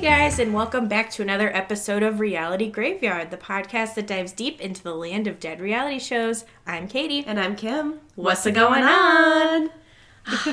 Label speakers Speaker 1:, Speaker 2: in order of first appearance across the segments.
Speaker 1: guys, and welcome back to another episode of Reality Graveyard, the podcast that dives deep into the land of dead reality shows. I'm Katie.
Speaker 2: And I'm Kim.
Speaker 1: What's a going on?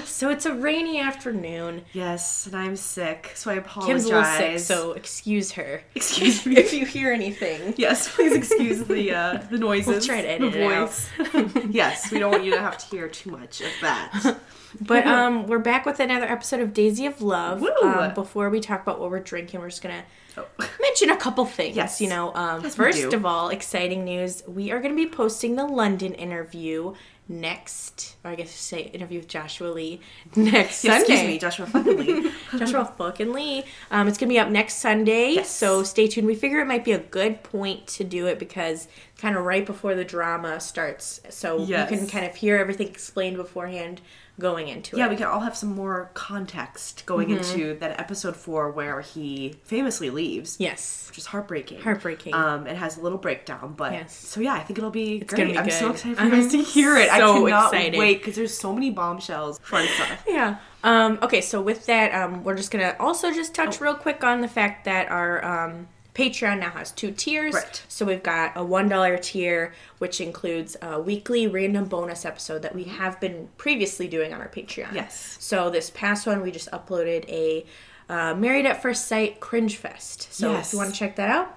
Speaker 1: so it's a rainy afternoon.
Speaker 2: Yes, and I'm sick, so I apologize.
Speaker 1: Kim's a little sick, so excuse her
Speaker 2: excuse me.
Speaker 1: if you hear anything.
Speaker 2: yes, please excuse the uh, the noises.
Speaker 1: We'll try to edit
Speaker 2: the
Speaker 1: it out.
Speaker 2: voice. yes, we don't want you to have to hear too much of that.
Speaker 1: But um, we're back with another episode of Daisy of Love.
Speaker 2: Woo!
Speaker 1: Um, before we talk about what we're drinking, we're just gonna
Speaker 2: Oh.
Speaker 1: mention a couple things.
Speaker 2: Yes.
Speaker 1: You know, um,
Speaker 2: Yes, we
Speaker 1: first
Speaker 2: do.
Speaker 1: of all, exciting news. We are going to be posting the London interview next, or I guess you say interview with Joshua Lee next Sunday.
Speaker 2: Excuse me, Joshua fucking Lee.
Speaker 1: Joshua fucking Lee. Um, it's going to be up next Sunday,
Speaker 2: Yes.
Speaker 1: so stay tuned. We figure it might be a good point to do it because kind of right before the drama starts, so
Speaker 2: Yes.
Speaker 1: you can kind of hear everything explained beforehand going into
Speaker 2: Yeah,
Speaker 1: it.
Speaker 2: we can all have some more context going
Speaker 1: Mm-hmm.
Speaker 2: into that episode four where he famously leaves,
Speaker 1: yes.
Speaker 2: which is heartbreaking.
Speaker 1: Heartbreaking.
Speaker 2: Um, it has a little breakdown, but
Speaker 1: Yes.
Speaker 2: so yeah, I think it'll be
Speaker 1: gonna
Speaker 2: great.
Speaker 1: be
Speaker 2: I'm so
Speaker 1: good.
Speaker 2: excited for
Speaker 1: I'm
Speaker 2: you guys to hear it.
Speaker 1: so
Speaker 2: I cannot
Speaker 1: excited.
Speaker 2: wait because there's so many bombshells, fun stuff.
Speaker 1: Yeah. Um, okay, so with that, um, we're just gonna also just
Speaker 2: Oh.
Speaker 1: touch real quick on the fact that our um, Patreon now has two tiers.
Speaker 2: Right.
Speaker 1: So we've got a one dollar tier, which includes a weekly random bonus episode that we have been previously doing on our Patreon.
Speaker 2: Mm-hmm. Yes.
Speaker 1: So this past one, we just uploaded a uh, Married at First Sight cringe fest. So if
Speaker 2: Yes. Mm-hmm.
Speaker 1: you want to check that out,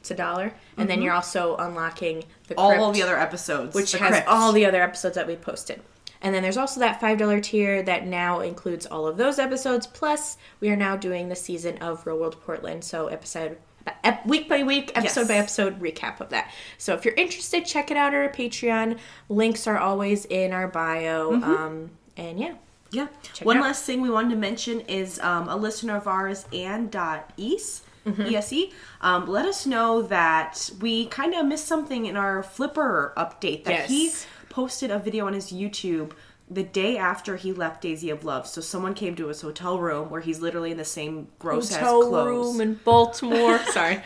Speaker 1: it's a dollar, and then you're also unlocking the
Speaker 2: all
Speaker 1: Crypt
Speaker 2: the other episodes,
Speaker 1: which
Speaker 2: The
Speaker 1: has
Speaker 2: Crypt.
Speaker 1: all the other episodes that we posted. And then there's also that $5 tier that now includes all of those episodes. Plus, we are now doing the season of Real World Portland. So, episode ep- week by week, episode
Speaker 2: Yes.
Speaker 1: by episode recap of that. So, if you're interested, check it out at our Patreon. Links are always in our bio. Um, and yeah.
Speaker 2: Yeah.
Speaker 1: it
Speaker 2: One
Speaker 1: out.
Speaker 2: last thing we wanted to mention is um, a listener of ours, Ann.Ease,
Speaker 1: Mm-hmm.
Speaker 2: ESE, um, let us know that we kind of missed something in our Flipper update that he
Speaker 1: Yes.
Speaker 2: posted a video on his YouTube the day after he left Daisy of Love. So someone came to his hotel room where he's literally in the same gross ass
Speaker 1: Hotel
Speaker 2: clothes.
Speaker 1: room in Baltimore. Sorry.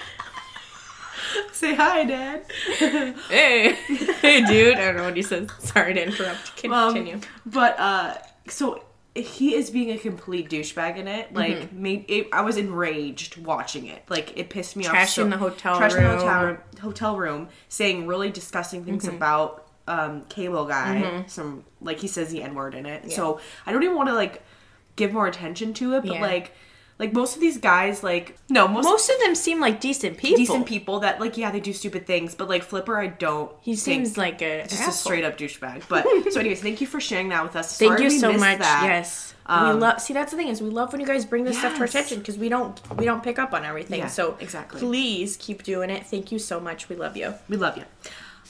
Speaker 2: Say hi, Dad.
Speaker 1: Hey. Hey, dude. I don't know what he says. Sorry to interrupt.
Speaker 2: Um,
Speaker 1: Continue.
Speaker 2: But uh, so he is being a complete douchebag in it. Like,
Speaker 1: Mm-hmm.
Speaker 2: made, it, I was enraged watching it. Like, it pissed me off.
Speaker 1: Trash in the hotel
Speaker 2: trash in the hotel
Speaker 1: room. Mm-hmm.
Speaker 2: room, hotel room, saying really disgusting things about um, cable guy. Some like he says the n word in it. So I don't even want to like give more attention to it. But
Speaker 1: Yeah.
Speaker 2: like, like most of these guys, like no, most,
Speaker 1: Most of them seem like decent people.
Speaker 2: decent people that like yeah they do stupid things, but like Flipper, I don't.
Speaker 1: He seems like a
Speaker 2: just
Speaker 1: asshole.
Speaker 2: a straight up douchebag. But so, anyways, thank you for sharing that with us.
Speaker 1: Thank
Speaker 2: Sorry
Speaker 1: you
Speaker 2: we
Speaker 1: so
Speaker 2: missed
Speaker 1: much.
Speaker 2: that.
Speaker 1: Yes. we
Speaker 2: Um,
Speaker 1: love see that's the thing is we love when you guys bring this stuff to our
Speaker 2: Yes.
Speaker 1: attention because we don't we don't pick up on everything.
Speaker 2: Yeah,
Speaker 1: so
Speaker 2: exactly.
Speaker 1: please keep doing it. Thank you so much. We love you.
Speaker 2: we love you.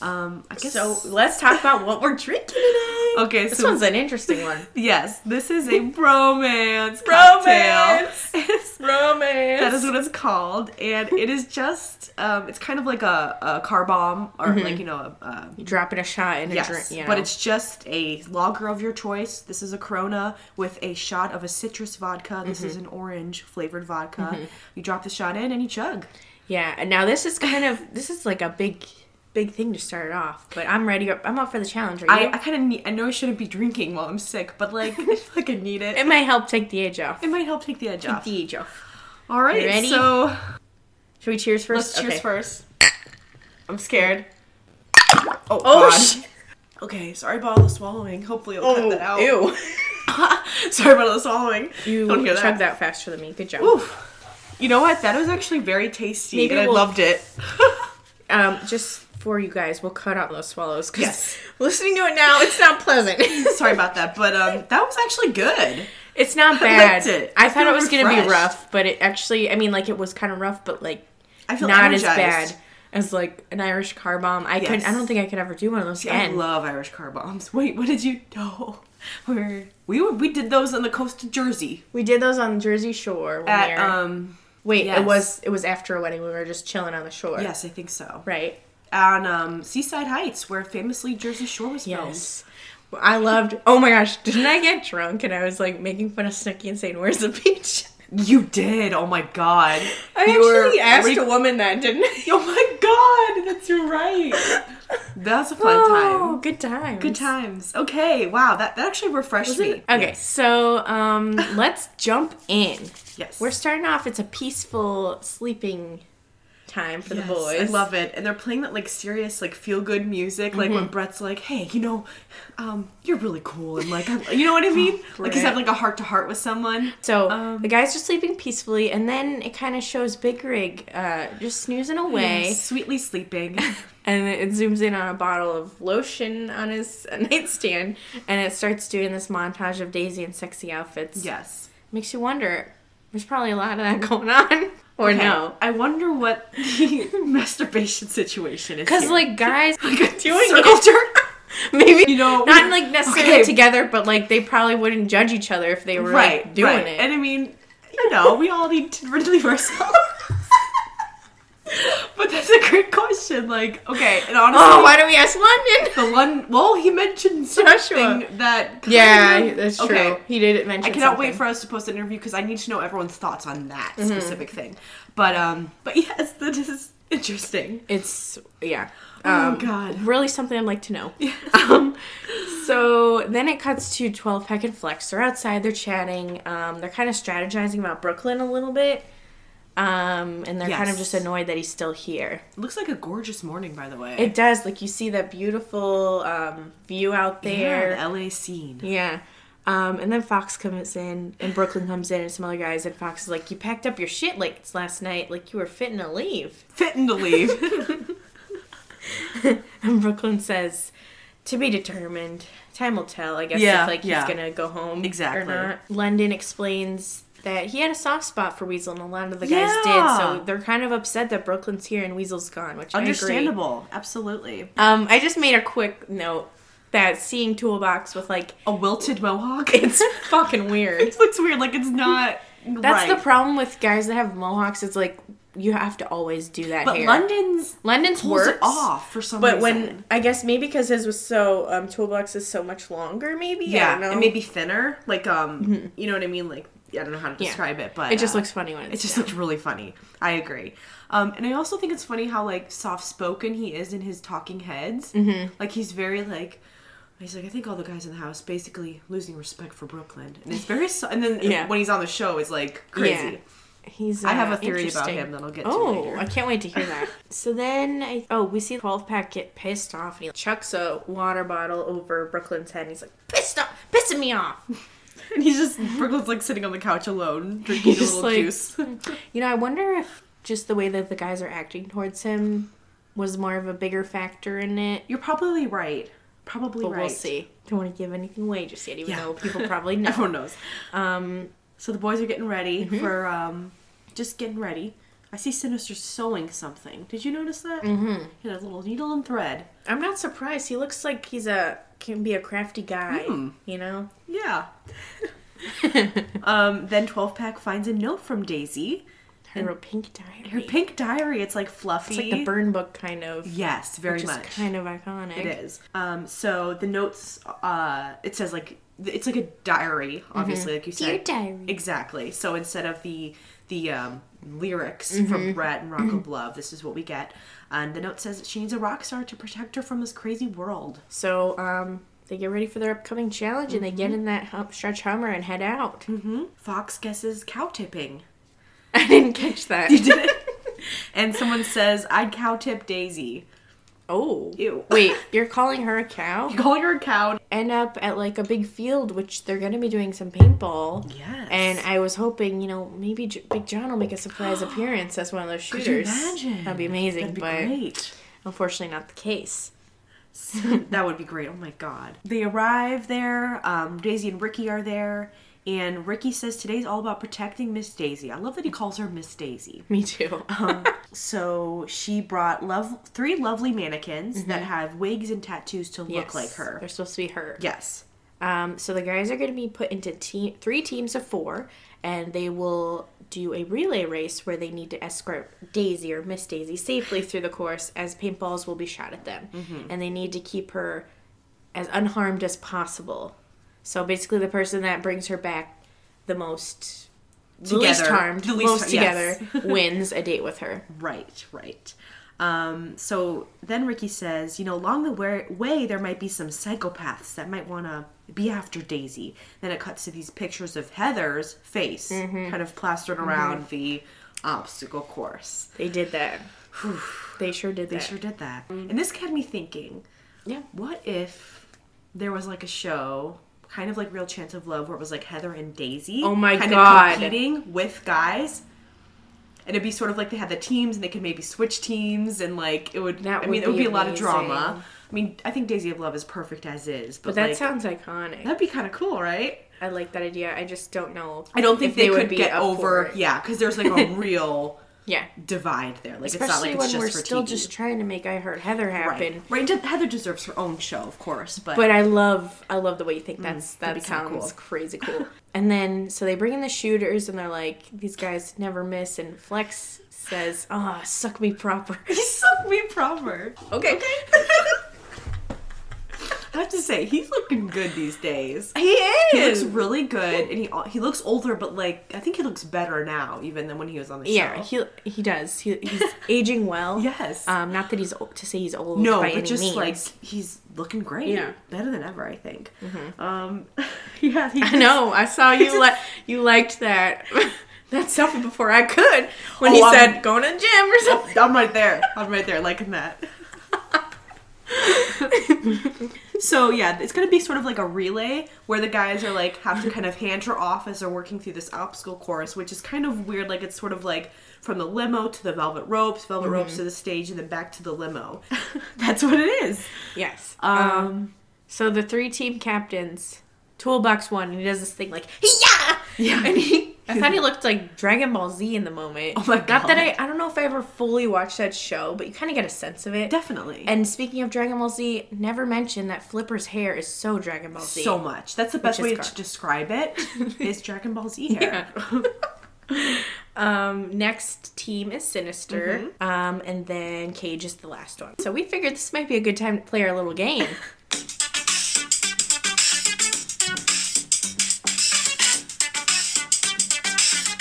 Speaker 2: Um, I guess
Speaker 1: So let's talk about what we're drinking today.
Speaker 2: Okay,
Speaker 1: This
Speaker 2: so-
Speaker 1: one's an interesting one.
Speaker 2: Yes, this is a bromance
Speaker 1: Bromance!
Speaker 2: cocktail. It's-
Speaker 1: Romance.
Speaker 2: that is what it's called, and it is just um, it's kind of like a, a car bomb or like you know a, a
Speaker 1: dropping a shot in Mm-hmm. a drink.
Speaker 2: Yes,
Speaker 1: You know.
Speaker 2: but it's just a lager of your choice. This is a Corona with a shot of a citrus vodka.
Speaker 1: Mm-hmm.
Speaker 2: This is an orange flavored vodka. You drop the shot in and you chug.
Speaker 1: yeah. And now this is kind of this is like a big big thing to start it off. But I'm ready. I'm up for the challenge. Are you?
Speaker 2: I, I kind of need. I know I shouldn't be drinking while I'm sick, but like I feel like I need it.
Speaker 1: it might help take the edge off.
Speaker 2: It might help take the edge off.
Speaker 1: The edge off.
Speaker 2: All right,
Speaker 1: Ready?
Speaker 2: so
Speaker 1: Should we cheers 1st
Speaker 2: let's cheers first. I'm scared. Oh,
Speaker 1: Oh
Speaker 2: God.
Speaker 1: shit.
Speaker 2: okay. Sorry about all the swallowing. Hopefully, I'll cut that out.
Speaker 1: Oh, Ew.
Speaker 2: sorry about all the swallowing.
Speaker 1: You
Speaker 2: Don't hear
Speaker 1: chugged that faster than me. Good job.
Speaker 2: Oof. You know what? That was actually very tasty,
Speaker 1: Maybe
Speaker 2: and I
Speaker 1: we'll-
Speaker 2: loved it.
Speaker 1: Um, just for you guys, we'll cut out those swallows because
Speaker 2: Yes.
Speaker 1: listening to it now, it's not pleasant.
Speaker 2: Sorry about that, but um, that was actually good.
Speaker 1: it's not
Speaker 2: I
Speaker 1: bad.
Speaker 2: liked it.
Speaker 1: I
Speaker 2: I
Speaker 1: thought
Speaker 2: feel
Speaker 1: it was gonna be
Speaker 2: refreshed.
Speaker 1: rough, but it actually, I mean, like it was kind of rough, but like
Speaker 2: I feel
Speaker 1: not as
Speaker 2: energized.
Speaker 1: bad as like an Irish car bomb. I couldn't. I
Speaker 2: Yes.
Speaker 1: don't think I could ever do one of those
Speaker 2: I
Speaker 1: again.
Speaker 2: love Irish car bombs. Wait, what did you know? Where we were, we did those on the coast of Jersey
Speaker 1: we did those on Jersey Shore. One
Speaker 2: at
Speaker 1: year.
Speaker 2: um.
Speaker 1: Wait,
Speaker 2: yes.
Speaker 1: it was it was after a wedding. We were just chilling on the shore.
Speaker 2: Yes, I think so.
Speaker 1: Right.
Speaker 2: On um, Seaside Heights, where famously Jersey Shore was filmed.
Speaker 1: Yes. Well, I loved. Oh my gosh! Didn't I get drunk and I was like making fun of Snooki and saying, "Where's the beach?"
Speaker 2: You did. Oh my god.
Speaker 1: I
Speaker 2: You were
Speaker 1: actually asked
Speaker 2: re-
Speaker 1: a woman that, didn't I?
Speaker 2: Oh my god, that's you're right. That was a fun
Speaker 1: Oh,
Speaker 2: time.
Speaker 1: good time.
Speaker 2: Good times. Okay, wow, that, that actually refreshed me.
Speaker 1: Okay, so um, let's jump in.
Speaker 2: Yes.
Speaker 1: We're starting off. It's a peaceful sleeping time for
Speaker 2: Yes,
Speaker 1: the boys.
Speaker 2: I love it. And they're playing that like serious, like feel good music. Like
Speaker 1: Mm-hmm.
Speaker 2: when Brett's like, "Hey, you know, um, you're really cool," and like, I- you know what I mean? like he's
Speaker 1: Oh, Brett.
Speaker 2: having like a heart to heart with someone.
Speaker 1: So
Speaker 2: Um,
Speaker 1: the guys are sleeping peacefully, and then it kind of shows Big Rig uh, just snoozing away,
Speaker 2: Yes, sweetly sleeping.
Speaker 1: and it it zooms in on a bottle of lotion on his nightstand, and it starts doing this montage of Daisy in sexy outfits.
Speaker 2: yes.
Speaker 1: makes you wonder. There's probably a lot of that going on, or
Speaker 2: Okay,
Speaker 1: no?
Speaker 2: I wonder what the masturbation situation is.
Speaker 1: Because
Speaker 2: here.
Speaker 1: like guys doing
Speaker 2: circle
Speaker 1: it. Maybe
Speaker 2: You know-
Speaker 1: not like necessarily
Speaker 2: Okay.
Speaker 1: together, but like they probably wouldn't judge each other if they were
Speaker 2: right,
Speaker 1: like, doing
Speaker 2: right.
Speaker 1: it.
Speaker 2: And I mean, you know, we all need to relieve ourselves. but that's a great question. Like, okay, and honestly,
Speaker 1: oh, why do we ask London?
Speaker 2: the London. Well, he mentioned something
Speaker 1: Joshua.
Speaker 2: that. kind
Speaker 1: Yeah,
Speaker 2: of-
Speaker 1: that's true.
Speaker 2: Okay.
Speaker 1: He did mention.
Speaker 2: I cannot
Speaker 1: something. Mm-hmm.
Speaker 2: wait for us to post an interview because I need to know everyone's thoughts on that specific thing. But um, but yes, that is interesting.
Speaker 1: It's yeah.
Speaker 2: Oh,
Speaker 1: Um,
Speaker 2: God.
Speaker 1: Really something I'd like to know. um, so then it cuts to Twelve Peck and Flex. They're outside. They're chatting. Um, they're kind of strategizing about Brooklyn a little bit. Um, and they're kind of
Speaker 2: Yes.
Speaker 1: just annoyed that he's still here.
Speaker 2: looks like a gorgeous morning, by the way.
Speaker 1: It does. Like you see that beautiful um, view out there.
Speaker 2: Yeah, the LA scene.
Speaker 1: Yeah. Um, and then Fox comes in, and Brooklyn comes in, and some other guys, and Fox is like, "You packed up your shit like last night, like you were fitting to leave."
Speaker 2: Fitting to leave.
Speaker 1: And Brooklyn says, "To be determined. Time will tell. I guess
Speaker 2: Yeah,
Speaker 1: if like
Speaker 2: yeah.
Speaker 1: he's gonna go home
Speaker 2: Exactly.
Speaker 1: or not." London explains that he had a soft spot for Weasel, and a lot of the guys
Speaker 2: Yeah.
Speaker 1: did. So they're kind of upset that Brooklyn's here and Weasel's gone, which I agree.
Speaker 2: Understandable. Absolutely.
Speaker 1: Um, I just made a quick note that seeing Toolbox with like
Speaker 2: A wilted mohawk.
Speaker 1: it's fucking weird.
Speaker 2: it looks weird. Like it's not.
Speaker 1: That's
Speaker 2: right.
Speaker 1: the problem with guys that have mohawks. It's like you have to always do that
Speaker 2: But
Speaker 1: hair.
Speaker 2: London's
Speaker 1: London's
Speaker 2: pulls
Speaker 1: works
Speaker 2: it off for some
Speaker 1: but
Speaker 2: reason.
Speaker 1: when I guess maybe because his was so um, toolbox is so much longer. Maybe I
Speaker 2: yeah,
Speaker 1: don't know.
Speaker 2: it may be thinner. Like um, you know what I mean? Like I don't know how to
Speaker 1: Mm-hmm. Yeah.
Speaker 2: describe it, but
Speaker 1: It just
Speaker 2: uh,
Speaker 1: looks funny when it's
Speaker 2: It just
Speaker 1: down.
Speaker 2: looks really funny. I agree. Um, and I also think it's funny how like soft spoken he is in his talking heads. Mm-hmm. Like he's very like. He's like, I think all the guys in the house basically losing respect for Brooklyn, and it's very. So- and then
Speaker 1: Yeah.
Speaker 2: when he's on the show, it's like crazy.
Speaker 1: He's.
Speaker 2: I have
Speaker 1: uh,
Speaker 2: a theory about
Speaker 1: interesting.
Speaker 2: him that I'll get to
Speaker 1: Oh,
Speaker 2: later.
Speaker 1: I can't wait to hear that. so then, I, oh, we see Twelve Pack get pissed off, and he chucks a water bottle over Brooklyn's head. And he's like, "Pissed off, pissing me off."
Speaker 2: And he's just Brooklyn's like sitting on the couch alone, drinking a
Speaker 1: just
Speaker 2: little
Speaker 1: like-
Speaker 2: juice.
Speaker 1: You know, I wonder if just the way that the guys are acting towards him was more of a bigger factor in it
Speaker 2: You're probably right. Probably
Speaker 1: but
Speaker 2: right.
Speaker 1: we'll see. Don't want to give anything away just yet, even
Speaker 2: Yeah.
Speaker 1: though people probably know.
Speaker 2: Everyone knows.
Speaker 1: Um,
Speaker 2: So the boys are getting ready for um, just getting ready. I see Sinister sewing something. Did you notice that? Mm-hmm. He had a little needle and thread.
Speaker 1: I'm not surprised. He looks like he's a can be a crafty guy.
Speaker 2: Hmm.
Speaker 1: You know.
Speaker 2: Yeah. um, then Twelve Pack finds a note from Daisy.
Speaker 1: Her pink diary.
Speaker 2: Her pink diary. It's like fluffy.
Speaker 1: It's like the burn book kind of.
Speaker 2: yes, very
Speaker 1: which
Speaker 2: much.
Speaker 1: is kind of iconic.
Speaker 2: It is. Um, so the notes. Uh, it says like it's like a diary, obviously, like you said.
Speaker 1: Mm-hmm. Dear diary.
Speaker 2: Exactly. So instead of the the um, lyrics
Speaker 1: Mm-hmm.
Speaker 2: from Brett and Rocco Love, this is what we get. And the note says she needs a rock star to protect her from this crazy world.
Speaker 1: So um, they get ready for their upcoming challenge, and they get
Speaker 2: Mm-hmm.
Speaker 1: in that hum- stretch Hummer and head out.
Speaker 2: Mm. Fox guesses cow tipping.
Speaker 1: I didn't catch that.
Speaker 2: Did it? and someone says I'd cow tip Daisy.
Speaker 1: Oh.
Speaker 2: Ew.
Speaker 1: Wait, you're calling her a cow?
Speaker 2: Calling her a cow.
Speaker 1: End up at like a big field, which they're gonna be doing some paintball.
Speaker 2: Yes.
Speaker 1: And I was hoping, you know, maybe J- Big John will make a surprise appearance as one of those shooters.
Speaker 2: Could you imagine?
Speaker 1: That'd be amazing,
Speaker 2: That'd be
Speaker 1: but
Speaker 2: great.
Speaker 1: unfortunately not the case.
Speaker 2: that would be great. Oh my god. They arrive there. Um, Daisy and Ricky are there. And Ricky says today's all about protecting Miss Daisy. I love that he calls her Miss Daisy.
Speaker 1: Me too.
Speaker 2: Um, so she brought love three lovely mannequins that have wigs and tattoos to look like her.
Speaker 1: They're supposed to be her.
Speaker 2: Yes.
Speaker 1: Um, so the guys are going to be put into team, three teams of four, and they will do a relay race where they need to escort Daisy or Miss Daisy safely through the course as paintballs will be shot at them.
Speaker 2: Mm-hmm.
Speaker 1: And they need to keep her as unharmed as possible. So basically, the person that brings her back the most. The least
Speaker 2: Together.
Speaker 1: harmed,
Speaker 2: The least
Speaker 1: most
Speaker 2: har-
Speaker 1: together,
Speaker 2: yes.
Speaker 1: wins a date with her.
Speaker 2: Right, right. Um, so then Ricky says, you know, along the way, way there might be some psychopaths that might want to be after Daisy. Then it cuts to these pictures of Heather's face kind of plastered around the obstacle course.
Speaker 1: They did that. They sure did
Speaker 2: They
Speaker 1: that.
Speaker 2: sure did that. And this had me thinking,
Speaker 1: Yeah.
Speaker 2: what if there was like a show, kind of like Real Chance of Love, where it was like Heather and Daisy,
Speaker 1: Oh my
Speaker 2: kind
Speaker 1: God.
Speaker 2: of competing with guys, and it'd be sort of like they had the teams and they could maybe switch teams and like it would.
Speaker 1: That
Speaker 2: I
Speaker 1: would
Speaker 2: mean, it would
Speaker 1: be
Speaker 2: be a lot of
Speaker 1: amazing.
Speaker 2: drama. I mean, I think Daisy of Love is perfect as is, but,
Speaker 1: But that
Speaker 2: like,
Speaker 1: sounds iconic.
Speaker 2: that'd be kind of cool, right?
Speaker 1: I like that idea. I just don't know.
Speaker 2: I don't think
Speaker 1: if
Speaker 2: they, could get
Speaker 1: up for
Speaker 2: over,
Speaker 1: it.
Speaker 2: yeah, because there's like a real
Speaker 1: Yeah.
Speaker 2: divide there. Like it's not
Speaker 1: Especially
Speaker 2: like it's
Speaker 1: when
Speaker 2: just
Speaker 1: we're
Speaker 2: for
Speaker 1: still
Speaker 2: TV.
Speaker 1: just trying to make I Heard Heather happen.
Speaker 2: right. right. and Heather deserves her own show, of course, but
Speaker 1: But I love I love the way you think that's
Speaker 2: Mm,
Speaker 1: that
Speaker 2: that'd be kinda
Speaker 1: sounds
Speaker 2: cool.
Speaker 1: crazy cool. and then so they bring in the shooters and they're like, these guys never miss and Flex says, Ah, suck me proper.
Speaker 2: He sucked me proper.
Speaker 1: Okay.
Speaker 2: I have to say, he's looking good these days.
Speaker 1: he is
Speaker 2: He looks really good, and he he looks older, but like I think he looks better now, even than when he was on the
Speaker 1: Yeah,
Speaker 2: show.
Speaker 1: he he does. He, he's aging well.
Speaker 2: yes.
Speaker 1: Um, not that he's old, to say he's old.
Speaker 2: no,
Speaker 1: by
Speaker 2: but
Speaker 1: any
Speaker 2: just
Speaker 1: means.
Speaker 2: like he's looking great.
Speaker 1: Yeah. Mm-hmm.
Speaker 2: better than ever, I think. Um, yeah, he
Speaker 1: I know. I saw you like you liked that that selfie before I could when he
Speaker 2: Oh, I'm-
Speaker 1: said going to the gym or something.
Speaker 2: I'm right there. I'm right there, liking that. so yeah, it's gonna be sort of like a relay where the guys are like have to kind of hand her off as they're working through this obstacle course, which is kind of weird. Like it's sort of like from the limo to the velvet ropes, velvet ropes to the stage, and then back to the limo. That's what it is.
Speaker 1: Yes.
Speaker 2: Um,
Speaker 1: So the three team captains, Toolbox one, and he does this thing like yeah,
Speaker 2: Yeah.
Speaker 1: and he. I thought he looked like Dragon Ball Z in the moment.
Speaker 2: Oh my
Speaker 1: Not that
Speaker 2: God.
Speaker 1: I, I don't know if I ever fully watched that show, but you kind of get a sense of it.
Speaker 2: definitely.
Speaker 1: And speaking of Dragon Ball Z, never mention that Flipper's hair is so Dragon Ball Z.
Speaker 2: so much. That's the best
Speaker 1: Which
Speaker 2: way
Speaker 1: is
Speaker 2: to
Speaker 1: car.
Speaker 2: describe it. Is Dragon Ball Z hair?
Speaker 1: Um, next team is Sinister,
Speaker 2: Mm-hmm.
Speaker 1: um, and then Cage is the last one. So we figured this might be a good time to play our little game.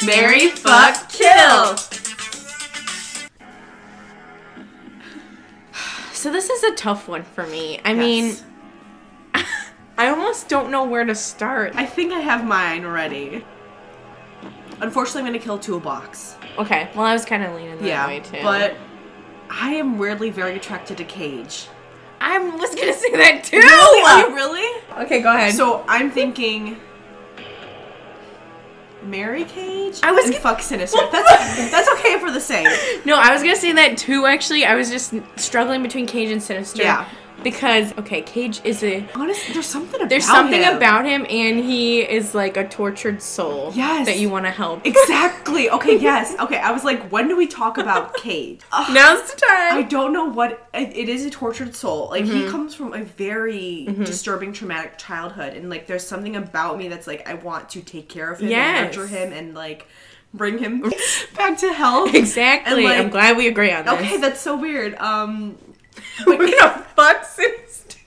Speaker 2: Mary, fuck, kill.
Speaker 1: So this is a tough one for me. I mean,
Speaker 2: Yes.
Speaker 1: I almost don't know where to start.
Speaker 2: I think I have mine already. Unfortunately, I'm gonna kill Toolbox.
Speaker 1: Okay, well, I was kind of leaning that way
Speaker 2: Yeah,
Speaker 1: too.
Speaker 2: but I am weirdly very attracted to Cage.
Speaker 1: I was gonna say that too.
Speaker 2: Oh, Really? really?
Speaker 1: Okay, go ahead.
Speaker 2: So I'm thinking, Mary Cage.
Speaker 1: I was
Speaker 2: and
Speaker 1: gonna-
Speaker 2: fuck sinister. That's that's okay for the same.
Speaker 1: No, I was gonna say that too. Actually, I was just struggling between Cage and Sinister.
Speaker 2: Yeah.
Speaker 1: Because okay, Cage is a
Speaker 2: Honestly, there's something about
Speaker 1: there's something
Speaker 2: him.
Speaker 1: about him, and he is like a tortured soul.
Speaker 2: Yes.
Speaker 1: That you want to help.
Speaker 2: exactly. Okay, yes. Okay, I was like, when do we talk about Cage? Ugh.
Speaker 1: Now's the
Speaker 2: I
Speaker 1: time.
Speaker 2: don't know what it it is a tortured soul. Like
Speaker 1: Mm-hmm.
Speaker 2: he comes from a very disturbing traumatic childhood and like there's something about me that's like I want to take care of him and nurture
Speaker 1: Yes.
Speaker 2: him and like bring him back to health.
Speaker 1: exactly.
Speaker 2: And, like-
Speaker 1: I'm glad we agree on this.
Speaker 2: Okay, that's so weird. Um
Speaker 1: We're gonna fuck Sinister.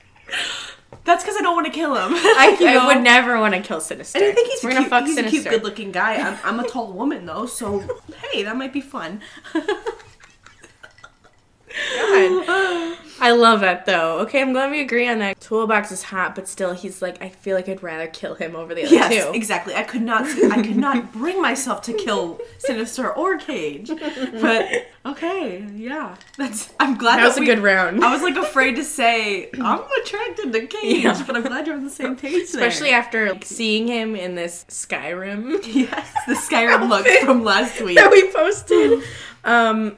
Speaker 2: that's cuz I don't want to kill him.
Speaker 1: I,
Speaker 2: You know?
Speaker 1: I would never want to kill Sinister.
Speaker 2: And I think he's
Speaker 1: We're
Speaker 2: a
Speaker 1: gonna
Speaker 2: cute,
Speaker 1: fuck
Speaker 2: he's a
Speaker 1: Sinister.
Speaker 2: cute good-looking guy. I'm, I'm a tall woman though, so hey, that might be fun.
Speaker 1: God. I love that though. Okay, I'm glad we agree on that. Toolbox is hot, but still, he's like, I feel like I'd rather kill him over the other
Speaker 2: Yes,
Speaker 1: two.
Speaker 2: exactly. I could not. I could not bring myself to kill Sinister or Cage. But okay, yeah. That's. I'm glad
Speaker 1: That was a
Speaker 2: we-
Speaker 1: good round.
Speaker 2: I was like afraid to say I'm attracted to Cage,
Speaker 1: Yeah.
Speaker 2: but I'm glad you're on the same page. there.
Speaker 1: Especially after like, seeing him in this Skyrim
Speaker 2: yes, the Skyrim look from last week.
Speaker 1: that we posted. Um,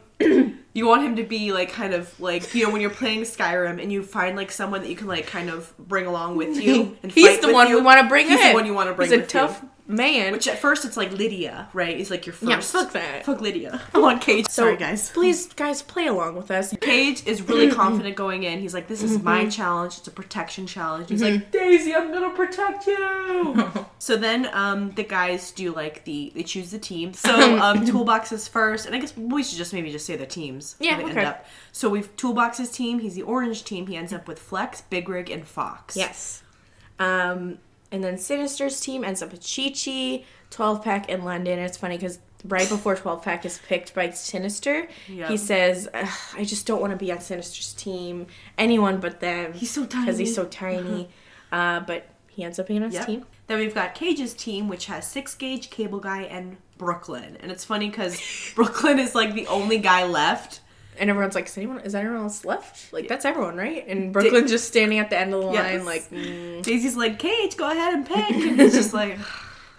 Speaker 2: You want him to be like kind of like you know when you're playing Skyrim and you find like someone that you can like kind of bring along with you. And
Speaker 1: he's
Speaker 2: fight
Speaker 1: the
Speaker 2: with
Speaker 1: one
Speaker 2: you.
Speaker 1: we want to bring
Speaker 2: He's
Speaker 1: in.
Speaker 2: the one you want to bring.
Speaker 1: He's a
Speaker 2: with you.
Speaker 1: tough man.
Speaker 2: Which at first it's like Lydia, right? It's like your first.
Speaker 1: Yeah, fuck that.
Speaker 2: Fuck Lydia. I want Cage.
Speaker 1: So,
Speaker 2: Sorry, guys.
Speaker 1: Please, guys, play along with us.
Speaker 2: Cage is really confident going in. He's like, "This is
Speaker 1: Mm-hmm.
Speaker 2: my challenge. It's a protection challenge." He's like, "Daisy, I'm gonna protect you." so then, um, the guys do like the they choose the team. So um, toolbox is first, and I guess we should just maybe just say the teams. where
Speaker 1: Yeah,
Speaker 2: they
Speaker 1: okay.
Speaker 2: End up. So we've toolbox's team. He's the orange team. He ends up with Flex, Big Rig, and Fox.
Speaker 1: Yes. Um, and then Sinister's team ends up with Chi Chi, 12 Pack, and London. It's funny because right before 12 pack is picked by Sinister,
Speaker 2: Yeah.
Speaker 1: he says, "Ugh, I just don't want to be on Sinister's team, anyone but them.
Speaker 2: He's so
Speaker 1: Because he's
Speaker 2: tiny.
Speaker 1: so tiny. uh, but he ends up being on his
Speaker 2: Yep.
Speaker 1: team.
Speaker 2: Then we've got Cage's team, which has Six Gauge, Cable Guy, and Brooklyn. And it's funny because Brooklyn is like the only guy left.
Speaker 1: And everyone's like, is, anyone, is anyone else left? Like, that's everyone, right? And Brooklyn's just standing at the end of the
Speaker 2: Yes.
Speaker 1: line, like, mm,
Speaker 2: Daisy's like, Cage, go ahead and pick. And it's just like,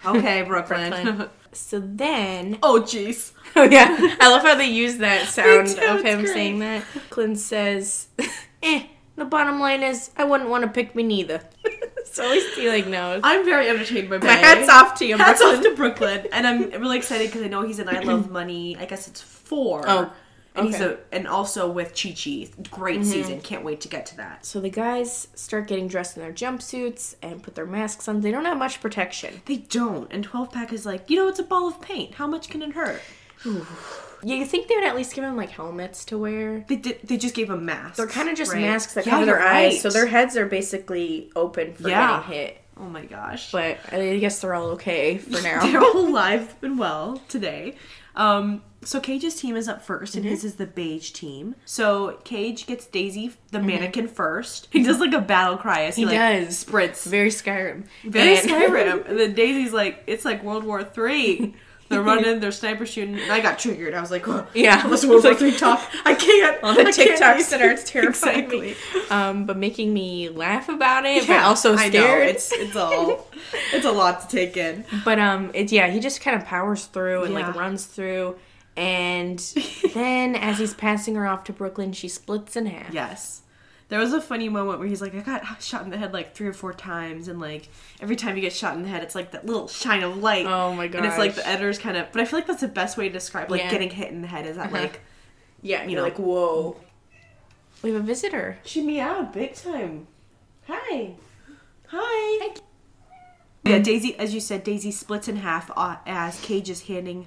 Speaker 2: okay, Brooklyn.
Speaker 1: Brooklyn. So then,
Speaker 2: oh, jeez.
Speaker 1: oh yeah, I love how they use that sound
Speaker 2: too,
Speaker 1: of
Speaker 2: it's
Speaker 1: him
Speaker 2: great.
Speaker 1: saying that. Clint says, "Eh, the bottom line is I wouldn't want to pick me neither." so at least he like knows.
Speaker 2: I'm very entertained by
Speaker 1: My hats off to you,
Speaker 2: Hats
Speaker 1: Brooklyn.
Speaker 2: off to Brooklyn, and I'm really excited because I know he's in I Love Money. I guess it's four.
Speaker 1: Oh,
Speaker 2: and he's
Speaker 1: okay. Mm-hmm.
Speaker 2: a, and also with Chi Chi. Great season. Can't wait to get to that.
Speaker 1: So the guys start getting dressed in their jumpsuits and put their masks on. They don't have much protection.
Speaker 2: They don't. And twelve pack is like, you know, it's a ball of paint. How much can it hurt?
Speaker 1: Yeah, you think they would at least give them like helmets to wear.
Speaker 2: They did. They just gave him masks.
Speaker 1: They're kind of just
Speaker 2: right?
Speaker 1: masks that
Speaker 2: Yeah,
Speaker 1: cover their
Speaker 2: you're
Speaker 1: eyes,
Speaker 2: right.
Speaker 1: so their heads are basically open for
Speaker 2: Yeah.
Speaker 1: getting hit.
Speaker 2: Oh my gosh.
Speaker 1: But I guess they're all okay for
Speaker 2: They're
Speaker 1: now.
Speaker 2: all alive and well today. Um, so Cage's team is up 1st and
Speaker 1: Mm-hmm.
Speaker 2: his is the beige team. So Cage gets Daisy, the mannequin, first. He does like a battle cry as he,
Speaker 1: Mm-hmm. He
Speaker 2: like,
Speaker 1: does.
Speaker 2: sprints.
Speaker 1: Very Skyrim.
Speaker 2: Very
Speaker 1: And-
Speaker 2: Skyrim. And then Daisy's like, it's like World War Three. They're running, they're sniper shooting. And I got triggered. I was like, oh,
Speaker 1: Yeah.
Speaker 2: all this World War
Speaker 1: Like-
Speaker 2: Three talk. I can't.
Speaker 1: all the
Speaker 2: I can't
Speaker 1: TikToks
Speaker 2: listen.
Speaker 1: that are terrifying
Speaker 2: Exactly.
Speaker 1: me. Um, but making me laugh about it, but
Speaker 2: Yeah,
Speaker 1: also scared.
Speaker 2: I know. It's it's all it's a lot to take in.
Speaker 1: but um, it's yeah, he just kind of powers through and like
Speaker 2: Yeah.
Speaker 1: runs through, and then as he's passing her off to Brooklyn, she splits in half.
Speaker 2: Yes. There was a funny moment where he's like, I got shot in the head like three or four times, and like every time you get shot in the head, it's like that little shine of light.
Speaker 1: Oh my
Speaker 2: And it's like
Speaker 1: gosh.
Speaker 2: the editor's kind of, but I feel like that's the best way to describe like
Speaker 1: Yeah.
Speaker 2: getting hit in the head is that like
Speaker 1: yeah,
Speaker 2: you
Speaker 1: you're
Speaker 2: know.
Speaker 1: like whoa. We have a visitor.
Speaker 2: she meowed big time. Hi, hi.
Speaker 1: Hi.
Speaker 2: Yeah, Daisy, as you said, Daisy splits in half uh, as Cage is handing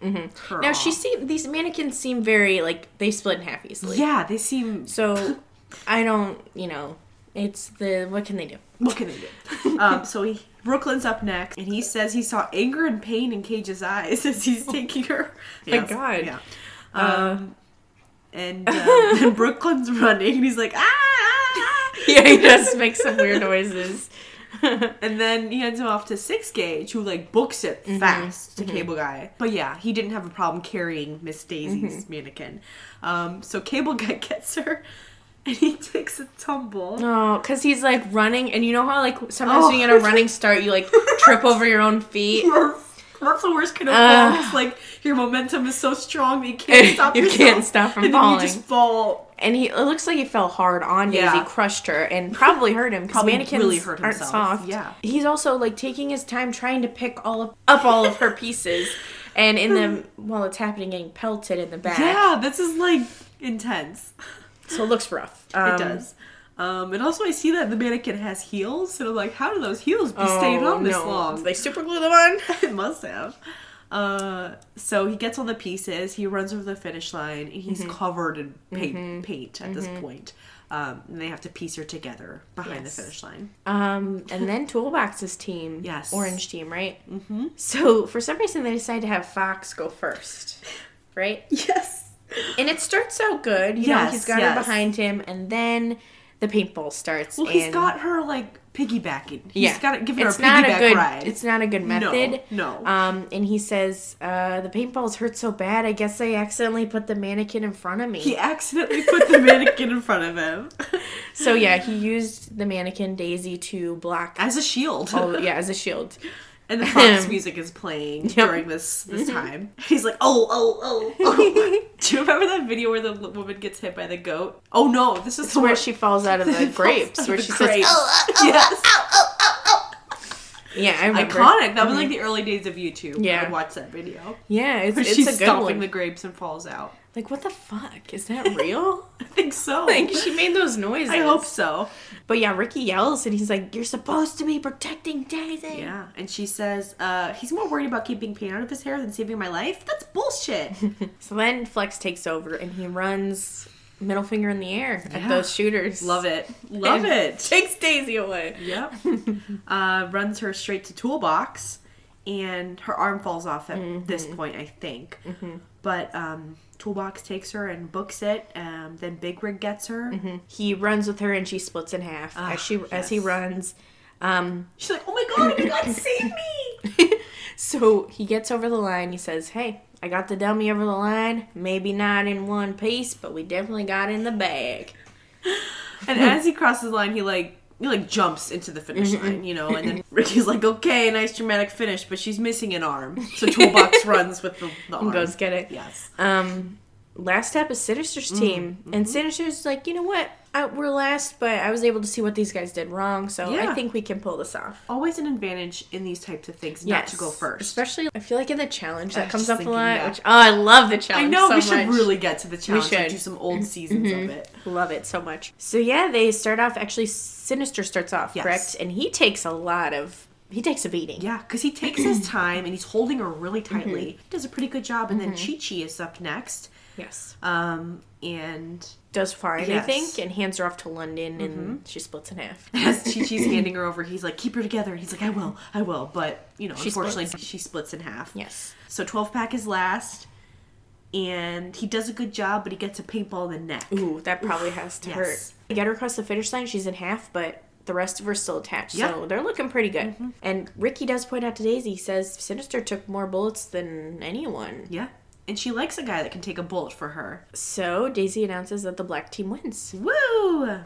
Speaker 2: her.
Speaker 1: Now
Speaker 2: off.
Speaker 1: she seem these mannequins seem very like they split in half easily.
Speaker 2: Yeah, they seem.
Speaker 1: So I don't, you know, it's the what can they do?
Speaker 2: What can they do? um, so he Brooklyn's up next, and he says he saw anger and pain in Cage's eyes as he's taking her.
Speaker 1: Oh. My God. Uh,
Speaker 2: Yeah. Um, and uh, then Brooklyn's running, and he's like, ah, ah, ah."
Speaker 1: Yeah, he does make some weird noises.
Speaker 2: And then he hands him off to Six Gauge, who like books it
Speaker 1: Mm-hmm.
Speaker 2: fast to Cable Guy. But yeah, he didn't have a problem carrying Miss Daisy's
Speaker 1: Mm-hmm.
Speaker 2: mannequin. Um, so Cable Guy gets her, and he takes a tumble.
Speaker 1: No, because he's like running, and you know how like sometimes
Speaker 2: Oh.
Speaker 1: when you get a running start, you like trip over your own feet.
Speaker 2: That's the worst kind of
Speaker 1: Ugh.
Speaker 2: fall. It's like your momentum is so strong that you can't stop.
Speaker 1: You
Speaker 2: yourself.
Speaker 1: can't stop from
Speaker 2: and Then
Speaker 1: falling.
Speaker 2: you just fall.
Speaker 1: And he it looks like he fell hard on Daisy,
Speaker 2: Yeah.
Speaker 1: crushed her, and probably hurt him because
Speaker 2: Probably
Speaker 1: mannequins
Speaker 2: really hurt
Speaker 1: aren't
Speaker 2: himself,
Speaker 1: soft.
Speaker 2: yeah.
Speaker 1: he's also like taking his time trying to pick all of, up all of her pieces, and in the while it's happening, getting pelted in the back.
Speaker 2: Hmm. Yeah, this is like intense.
Speaker 1: So it looks rough. Um,
Speaker 2: it does. Um, and also, I see that the mannequin has heels, and I'm like, how do those heels be
Speaker 1: oh,
Speaker 2: staying on this
Speaker 1: no.
Speaker 2: long?
Speaker 1: Did they super glue them on?
Speaker 2: it must have. Uh, so he gets all the pieces. He runs over the finish line, and
Speaker 1: Mm-hmm.
Speaker 2: he's covered in paint, paint at this point. Um, and they have to piece her together behind
Speaker 1: Yes.
Speaker 2: the finish line.
Speaker 1: Um, and then Toolbox's team,
Speaker 2: Yes.
Speaker 1: Orange team, right? Mm-hmm. So for some reason they decide to have Fox go first, right?
Speaker 2: Yes.
Speaker 1: And it starts out good. You know,
Speaker 2: Yes,
Speaker 1: he's got
Speaker 2: yes.
Speaker 1: her behind him, and then the paintball starts.
Speaker 2: Well, he's
Speaker 1: and-
Speaker 2: got her like piggybacking. He's
Speaker 1: yeah,
Speaker 2: got to give her
Speaker 1: it's
Speaker 2: a
Speaker 1: not
Speaker 2: piggyback
Speaker 1: a good,
Speaker 2: ride.
Speaker 1: It's not a good method.
Speaker 2: no.
Speaker 1: Um, and he says, uh, "The paintballs hurt so bad. I guess I accidentally put the mannequin in front of me."
Speaker 2: he accidentally put the mannequin in front of him
Speaker 1: So yeah, he used the mannequin Daisy to block.
Speaker 2: as a shield.
Speaker 1: all, Oh, yeah, as a shield.
Speaker 2: And the Fox music is playing during this this
Speaker 1: Mm-hmm.
Speaker 2: time. He's like, oh, oh, oh, oh. Do you remember that video where the l- woman gets hit by the goat? Oh no, this is the
Speaker 1: Where
Speaker 2: one-
Speaker 1: she falls out of the
Speaker 2: falls out
Speaker 1: grapes.
Speaker 2: of
Speaker 1: Where
Speaker 2: the
Speaker 1: she says,
Speaker 2: grapes.
Speaker 1: "Oh, oh,
Speaker 2: yes.
Speaker 1: Yeah, I remember. Mm-hmm.
Speaker 2: Iconic. That was like the early days of YouTube.
Speaker 1: Yeah.
Speaker 2: I watched that video.
Speaker 1: Yeah, it's,
Speaker 2: Where
Speaker 1: it's
Speaker 2: she's
Speaker 1: a good
Speaker 2: stomping
Speaker 1: one.
Speaker 2: the grapes and falls out.
Speaker 1: Like, what the fuck? Is that real?
Speaker 2: I think so.
Speaker 1: like, she made those noises.
Speaker 2: I hope so.
Speaker 1: But yeah, Ricky yells and he's like, "You're supposed to be protecting Daisy."
Speaker 2: Yeah, and she says, uh, he's more worried about keeping paint out of his hair than saving my life. That's bullshit.
Speaker 1: So then Flex takes over and he runs middle finger in the air at
Speaker 2: Yeah.
Speaker 1: those shooters.
Speaker 2: Love it. Love
Speaker 1: And
Speaker 2: it.
Speaker 1: Takes Daisy away.
Speaker 2: Yep. uh, runs her straight to toolbox. and her arm falls off at this point, I think. But um, Toolbox takes her and books it. Um, then Big Rig gets her.
Speaker 1: He runs with her and she splits in half as she as he
Speaker 2: Ah, yes.
Speaker 1: runs. Um,
Speaker 2: She's like, "Oh my god! Oh my god! Save me!"
Speaker 1: so he gets over the line. He says, "Hey, I got the dummy over the line. Maybe not in one piece, but we definitely got in the bag."
Speaker 2: And
Speaker 1: Hmm.
Speaker 2: as he crosses the line, he like he like jumps into the finish
Speaker 1: Mm-hmm.
Speaker 2: line, you know. And then Ricky's like, "Okay, nice dramatic finish," but she's missing an arm. So Toolbox runs with the, the arm.
Speaker 1: And goes get it.
Speaker 2: Yes.
Speaker 1: Um, last up is Sinister's
Speaker 2: Mm-hmm.
Speaker 1: team, and Sinister's like, you know what? I, we're last, but I was able to see what these guys did wrong, so I
Speaker 2: Yeah.
Speaker 1: think we can pull this off.
Speaker 2: Always an advantage in these types of things not to go first.
Speaker 1: especially I feel like in the challenge that
Speaker 2: was
Speaker 1: comes
Speaker 2: just
Speaker 1: up a
Speaker 2: thinking
Speaker 1: lot.
Speaker 2: that.
Speaker 1: Which oh, I love the
Speaker 2: I
Speaker 1: challenge.
Speaker 2: know
Speaker 1: so
Speaker 2: we should
Speaker 1: much.
Speaker 2: really get to the challenge.
Speaker 1: should. Mm-hmm.
Speaker 2: Like, do some old seasons of it.
Speaker 1: love it so much. So yeah, they start off actually. Sinister starts off
Speaker 2: Yes.
Speaker 1: correct, and he takes a lot of he takes a beating.
Speaker 2: Yeah, because he takes
Speaker 1: Mm-hmm.
Speaker 2: his time and he's holding her really tightly. He does a pretty good job. And
Speaker 1: Mm-hmm.
Speaker 2: then Chi Chi is up next.
Speaker 1: Yes,
Speaker 2: Um, and
Speaker 1: does fine
Speaker 2: Yes.
Speaker 1: I think, and hands her off to London,
Speaker 2: Mm-hmm.
Speaker 1: and she splits in half.
Speaker 2: as Chi Chi's handing her over, he's like, keep her together. And he's like, I will, I will. But, you know,
Speaker 1: She
Speaker 2: unfortunately, she splits in half.
Speaker 1: Yes.
Speaker 2: So 12 pack is last. And he does a good job, but he gets a paintball in the neck.
Speaker 1: Ooh, that probably has to
Speaker 2: yes.
Speaker 1: hurt. Get her across the finish line, she's in half, but the rest of her's still attached. So
Speaker 2: Yeah. Mm-hmm.
Speaker 1: they're looking pretty good. And Ricky does point out to Daisy, he says Sinister took more bullets than anyone.
Speaker 2: Yeah. And she likes a guy that can take a bullet for her.
Speaker 1: So Daisy announces that the black team wins.
Speaker 2: Woo!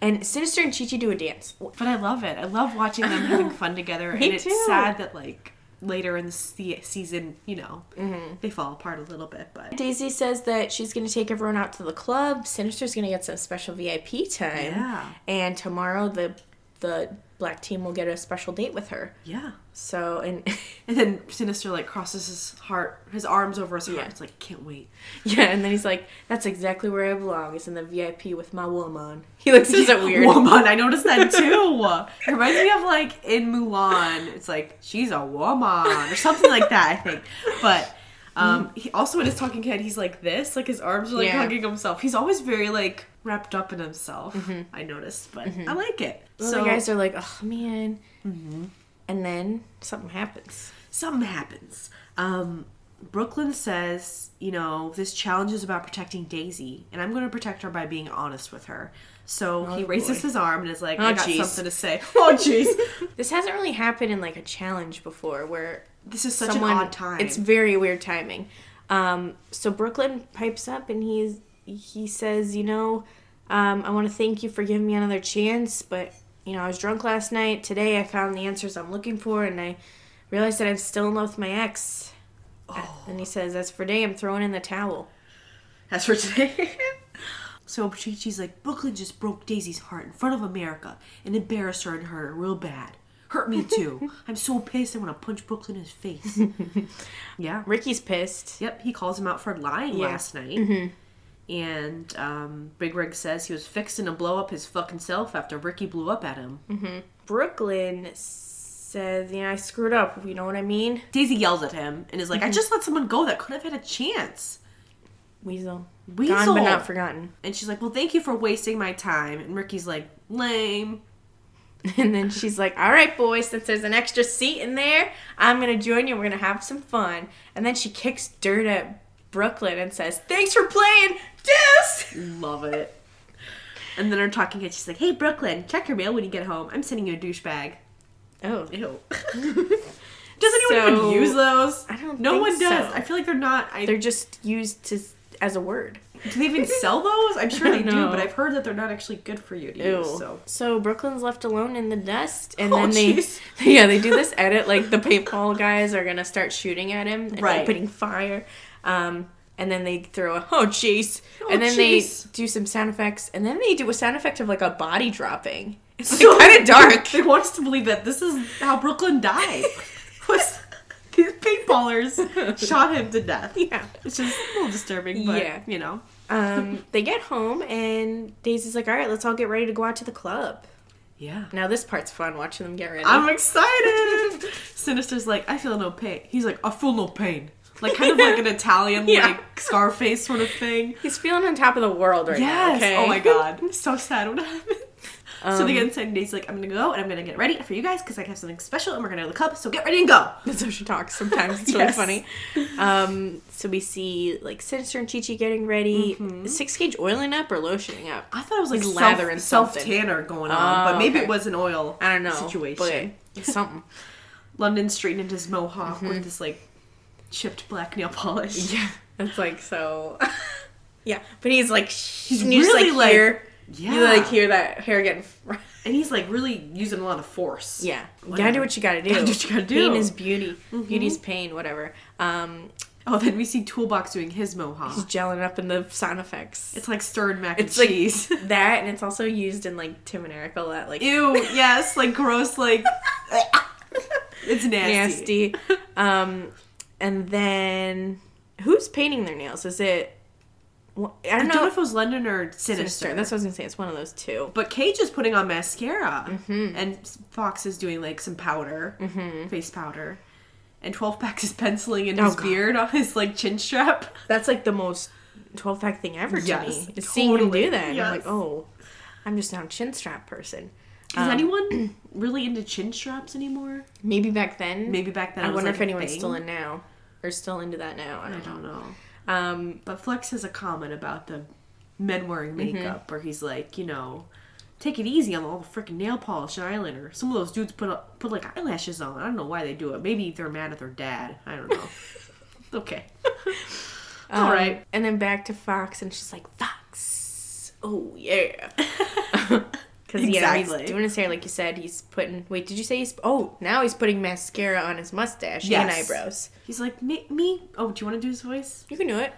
Speaker 1: And Sinister and Chi Chi do a dance.
Speaker 2: But I love it. I love watching them having fun together.
Speaker 1: Me
Speaker 2: and it's
Speaker 1: too.
Speaker 2: sad that like later in the se- season, you know,
Speaker 1: Mm-hmm.
Speaker 2: they fall apart a little bit. But
Speaker 1: Daisy says that she's going to take everyone out to the club. Sinister's going to get some special VIP time.
Speaker 2: Yeah.
Speaker 1: And tomorrow the the black team will get a special date with her.
Speaker 2: yeah.
Speaker 1: So and
Speaker 2: And then Sinister like crosses his heart, his arms over his heart.
Speaker 1: Yeah.
Speaker 2: It's like can't wait.
Speaker 1: Yeah, and then he's like, "That's exactly where I belong. Is in the VIP with my woman." He looks at it weird.
Speaker 2: Woman, I noticed that too. it reminds me of like in Mulan. It's like she's a woman or something like that. I think, but. Um, he also in his talking head, he's like this, like his arms are like
Speaker 1: Yeah.
Speaker 2: hugging himself. He's always very like wrapped up in himself.
Speaker 1: Mm-hmm.
Speaker 2: I noticed, but I like it.
Speaker 1: So the Mm-hmm. guys are like, "Oh man," and then something happens.
Speaker 2: something happens. Um, Brooklyn says, you know, this challenge is about protecting Daisy, and I'm going to protect her by being honest with her. So he raises his arm and is like,
Speaker 1: Oh,
Speaker 2: I got
Speaker 1: jeez.
Speaker 2: something to say. Oh, jeez.
Speaker 1: This hasn't really happened in like a challenge before, where
Speaker 2: this is such
Speaker 1: someone
Speaker 2: an odd time.
Speaker 1: It's very weird timing. Um, so Brooklyn pipes up and he's he says, "You know, um, I want to thank you for giving me another chance, but you know, I was drunk last night. Today, I found the answers I'm looking for, and I realized that I'm still in love with my ex."
Speaker 2: Oh.
Speaker 1: And he says, "As for today, I'm throwing in the towel."
Speaker 2: That's for today. so Chi Chi's like, Brooklyn just broke Daisy's heart in front of America and embarrassed her and hurt her real bad. Hurt me too. I'm so pissed I want to punch Brooklyn in his face. yeah.
Speaker 1: Ricky's pissed.
Speaker 2: Yep, he calls him out for lying last night.
Speaker 1: Mm-hmm.
Speaker 2: And um, Big Rig says he was fixing to blow up his fucking self after Ricky blew up at him.
Speaker 1: Mm-hmm. Brooklyn says, "You know, I screwed up. You know what I mean,
Speaker 2: Daisy yells at him and is like,
Speaker 1: Mm-hmm.
Speaker 2: I just let someone go that could have had a chance.
Speaker 1: Weasel."
Speaker 2: Weasel.
Speaker 1: Gone but not forgotten.
Speaker 2: and she's like, Well, thank you for wasting my time. And Ricky's like, Lame.
Speaker 1: And then she's like, "All right, boys, since there's an extra seat in there, I'm gonna join you. We're gonna have some fun." And then she kicks dirt at Brooklyn and says, "Thanks for playing, Deuce."
Speaker 2: Love it. And then her talking head, she's like, Hey, Brooklyn, check your mail when you get home. I'm sending you a douchebag.
Speaker 1: Oh,
Speaker 2: Ew. does anyone
Speaker 1: So-
Speaker 2: even use those?
Speaker 1: I don't
Speaker 2: No
Speaker 1: think
Speaker 2: one does.
Speaker 1: so.
Speaker 2: I feel like they're not. I,
Speaker 1: they're just used to as a word.
Speaker 2: Do they even sell those? I'm sure they
Speaker 1: No.
Speaker 2: do, but I've heard that they're not actually good for you to
Speaker 1: Ew.
Speaker 2: use. So
Speaker 1: Brooklyn's left alone in the dust, and
Speaker 2: Oh,
Speaker 1: then they,
Speaker 2: jeez.
Speaker 1: yeah, they do this edit like the paintball guys are gonna start shooting at him and
Speaker 2: Right.
Speaker 1: opening fire. Um, and then they throw a oh jeez,
Speaker 2: Oh,
Speaker 1: and then they
Speaker 2: jeez.
Speaker 1: do some sound effects, and then they do a sound effect of like a body dropping. It's
Speaker 2: So-
Speaker 1: like, kind of dark.
Speaker 2: They want us to believe that this is how Brooklyn died. Was these paintballers shot him to death?
Speaker 1: Yeah.
Speaker 2: It's just a little disturbing, but
Speaker 1: Yeah.
Speaker 2: you know.
Speaker 1: Um, they get home and Daisy's like, "All right, let's all get ready to go out to the club."
Speaker 2: Yeah.
Speaker 1: Now this part's fun watching them get ready.
Speaker 2: I'm excited. Sinister's like, I feel no pain. He's like, I feel no pain. Like kind of like an Italian
Speaker 1: Yeah.
Speaker 2: like Scarface sort of thing.
Speaker 1: He's feeling on top of the world right now.
Speaker 2: Yes.
Speaker 1: okay? Um,
Speaker 2: Oh my god. So sad what happened. so they get inside, and he's like, "I'm gonna go and I'm gonna get ready for you guys because I have something special, and we're gonna go to the club. So get ready and go."
Speaker 1: That's how she talks sometimes. It's
Speaker 2: Yes.
Speaker 1: really funny. Um, so we see like Sinister and Chi Chi getting ready. Is Six Cage oiling up or lotioning up?
Speaker 2: I thought it was like
Speaker 1: He's lathering
Speaker 2: self
Speaker 1: something.
Speaker 2: tanner going on,
Speaker 1: Oh,
Speaker 2: but maybe
Speaker 1: okay.
Speaker 2: it was an oil.
Speaker 1: I don't know.
Speaker 2: situation.
Speaker 1: but something.
Speaker 2: London straightened his mohawk with this like chipped black nail polish.
Speaker 1: Mm-hmm. yeah. It's like so. yeah, but he's like he's
Speaker 2: really,
Speaker 1: like,
Speaker 2: like-
Speaker 1: here.
Speaker 2: Yeah,
Speaker 1: You like hear that hair getting.
Speaker 2: and he's like really using a lot of force.
Speaker 1: Yeah, you gotta
Speaker 2: Whatever.
Speaker 1: do what you gotta do. Mm-hmm.
Speaker 2: Gotta do what you gotta do.
Speaker 1: Pain is beauty. Beauty's pain. Whatever. Um,
Speaker 2: Oh, then we see Toolbox doing his
Speaker 1: he's
Speaker 2: mohawk.
Speaker 1: gelling up in the sound effects.
Speaker 2: It's like stirred mac
Speaker 1: It's
Speaker 2: and
Speaker 1: like-
Speaker 2: cheese.
Speaker 1: that, and it's also used in like Tim and Eric a lot. Like
Speaker 2: Ew. Yes. Like gross. Like it's nasty.
Speaker 1: nasty. Um, and then who's painting their nails? Is it? wh- I
Speaker 2: I
Speaker 1: don't
Speaker 2: don't
Speaker 1: know.
Speaker 2: know if it was London or
Speaker 1: Sinister.
Speaker 2: Sinister.
Speaker 1: That's what I was gonna say. It's one of those two.
Speaker 2: But Cage is putting on mascara,
Speaker 1: Mm-hmm.
Speaker 2: and Fox is doing like some powder, face powder, and Twelve Packs is penciling in
Speaker 1: Oh,
Speaker 2: his
Speaker 1: God.
Speaker 2: beard on his like chin strap.
Speaker 1: That's like the most twelve pack thing ever to
Speaker 2: Yes,
Speaker 1: me. Is seeing him
Speaker 2: totally.
Speaker 1: do that. And I'm like,
Speaker 2: Yes.
Speaker 1: oh, I'm just not a chin strap person.
Speaker 2: Is
Speaker 1: Um,
Speaker 2: anyone really into chin straps anymore?
Speaker 1: Maybe back then.
Speaker 2: Maybe back then.
Speaker 1: I
Speaker 2: it was,
Speaker 1: wonder
Speaker 2: like,
Speaker 1: if
Speaker 2: a
Speaker 1: anyone's
Speaker 2: thing.
Speaker 1: still in now or still into that now. I
Speaker 2: I
Speaker 1: don't know.
Speaker 2: don't know.
Speaker 1: Um,
Speaker 2: But Flex has a comment about the men wearing
Speaker 1: Mm-hmm.
Speaker 2: makeup, where he's like, you know, take it easy on all the freaking nail polish and eyeliner. Some of those dudes put up, put like eyelashes on. I don't know why they do it. Maybe they're mad at their dad. I don't know. okay. All
Speaker 1: um,
Speaker 2: right.
Speaker 1: And then back to Fox, and she's like, Fox, oh yeah. Because yeah,
Speaker 2: Exactly.
Speaker 1: he's doing his hair like you said. He's putting. Wait, did you say he's? Oh, now he's putting mascara on his mustache and
Speaker 2: Yes.
Speaker 1: eyebrows.
Speaker 2: He's like, me, me. Oh, do you want to do his voice?
Speaker 1: You can do it.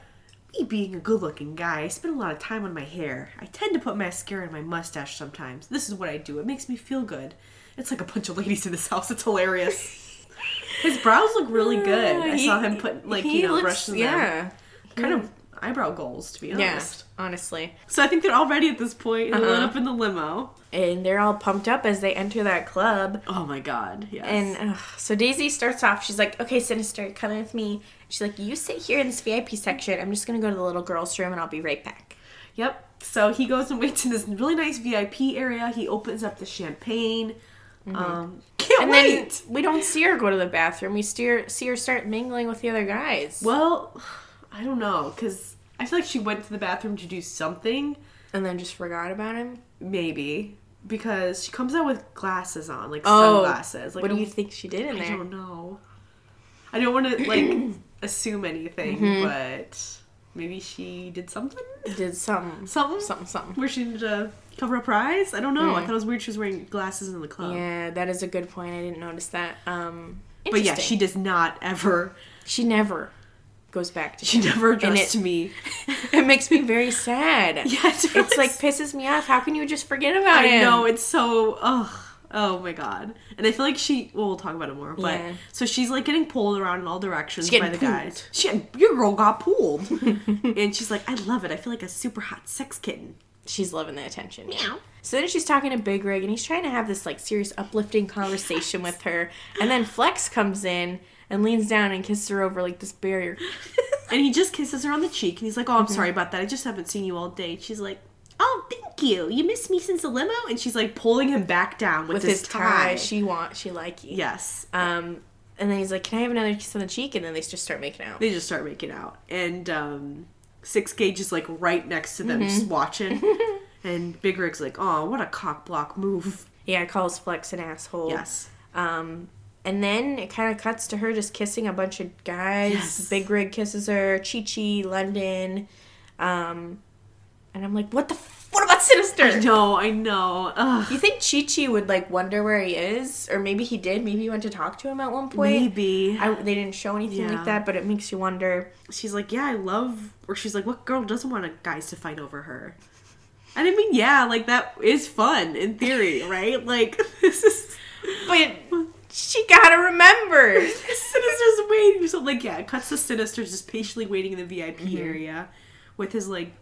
Speaker 2: Me being a good looking guy, I spend a lot of time on my hair. I tend to put mascara in my mustache sometimes. This is what I do. It makes me feel good. It's like a bunch of ladies in this house. It's hilarious. His brows look really good. I
Speaker 1: Uh, he-
Speaker 2: saw him put, like,
Speaker 1: he
Speaker 2: you know,
Speaker 1: looks-
Speaker 2: brushing them. Mm,
Speaker 1: Yeah,
Speaker 2: Kind of eyebrow goals, to be
Speaker 1: yeah.
Speaker 2: honest.
Speaker 1: Honestly,
Speaker 2: So I think they're all ready at this point, and they line
Speaker 1: Uh-huh.
Speaker 2: up in the limo.
Speaker 1: and they're all pumped up as they enter that club.
Speaker 2: Oh my god, yes.
Speaker 1: And ugh, so Daisy starts off. She's like, "Okay, Sinister, come in with me." She's like, "You sit here in this VIP section. I'm just gonna go to the little girls' room, and I'll be right back."
Speaker 2: Yep. So he goes and waits in this really nice VIP area. He opens up the champagne. Um, can't
Speaker 1: Mm-hmm. And
Speaker 2: wait.
Speaker 1: then we don't see her go to the bathroom. We see her, see her start mingling with the other guys.
Speaker 2: Well, I don't know, because I feel like she went to the bathroom to do something,
Speaker 1: And then just forgot about him.
Speaker 2: maybe, because she comes out with glasses on, like
Speaker 1: Oh,
Speaker 2: sunglasses. Like,
Speaker 1: what do
Speaker 2: I'm-
Speaker 1: you think she did in
Speaker 2: I
Speaker 1: there?
Speaker 2: don't know. I don't want to like assume anything,
Speaker 1: Mm-hmm.
Speaker 2: but maybe she did something,
Speaker 1: Did something,
Speaker 2: something,
Speaker 1: something, something.
Speaker 2: where she needed to cover up her eyes. I don't know. I thought it was weird she was wearing glasses in the club.
Speaker 1: Mm. Yeah, that is a good point. I didn't notice that. Um,
Speaker 2: But yeah, she
Speaker 1: interesting.
Speaker 2: does not ever.
Speaker 1: she never goes back to.
Speaker 2: She never
Speaker 1: And
Speaker 2: addressed me.
Speaker 1: it makes me very sad.
Speaker 2: Yeah, it's,
Speaker 1: It's
Speaker 2: really
Speaker 1: like pisses me off. How can you just forget about
Speaker 2: I
Speaker 1: him?
Speaker 2: know it's so oh oh my god. And I feel like she well we'll talk about it more, but
Speaker 1: Yeah.
Speaker 2: so she's like getting pulled around in all directions
Speaker 1: She's
Speaker 2: by the
Speaker 1: getting
Speaker 2: guys. She your girl got pulled. and she's like, I love it. I feel like a super hot sex kitten.
Speaker 1: She's loving the attention.
Speaker 2: Meow.
Speaker 1: So then she's talking to Big Rig, and he's trying to have this like serious, uplifting conversation with her. And then Flex comes in and leans down and kisses her over like this barrier.
Speaker 2: And he just kisses her on the cheek and he's like, Oh, I'm sorry about that. I just haven't seen you all day. And she's like, Oh, thank you. You missed me since the limo? And she's like pulling him back down with,
Speaker 1: with
Speaker 2: his, tie.
Speaker 1: she wants, she like you.
Speaker 2: yes.
Speaker 1: Um, and then he's like, "Can I have another kiss on the cheek?" And then they just start making out.
Speaker 2: They just start making out. And um, Six Gauge is like right next to them, just watching. and Big Rig's like, oh, what a cock block move.
Speaker 1: Yeah, calls Flex an asshole.
Speaker 2: Yes.
Speaker 1: Um, and then it kind of cuts to her just kissing a bunch of guys.
Speaker 2: Yes.
Speaker 1: Big Rig kisses her. Chi Chi, London. Um, and I'm like, what the? F- what about
Speaker 2: I
Speaker 1: Sinister?
Speaker 2: know, I know. Ugh.
Speaker 1: You think Chi Chi would like wonder where he is, or maybe he did? Maybe he went to talk to him at one point.
Speaker 2: Maybe.
Speaker 1: I, they didn't show anything
Speaker 2: Yeah.
Speaker 1: like that, but it makes you wonder.
Speaker 2: She's like, yeah, I love. Or she's like, what girl doesn't want a- guys to fight over her? And I mean, yeah, like that is fun in theory, right? Like, this is.
Speaker 1: But she gotta remember.
Speaker 2: Sinister's waiting. So, like, yeah, it cuts to Sinister just patiently waiting in the VIP area with his, like,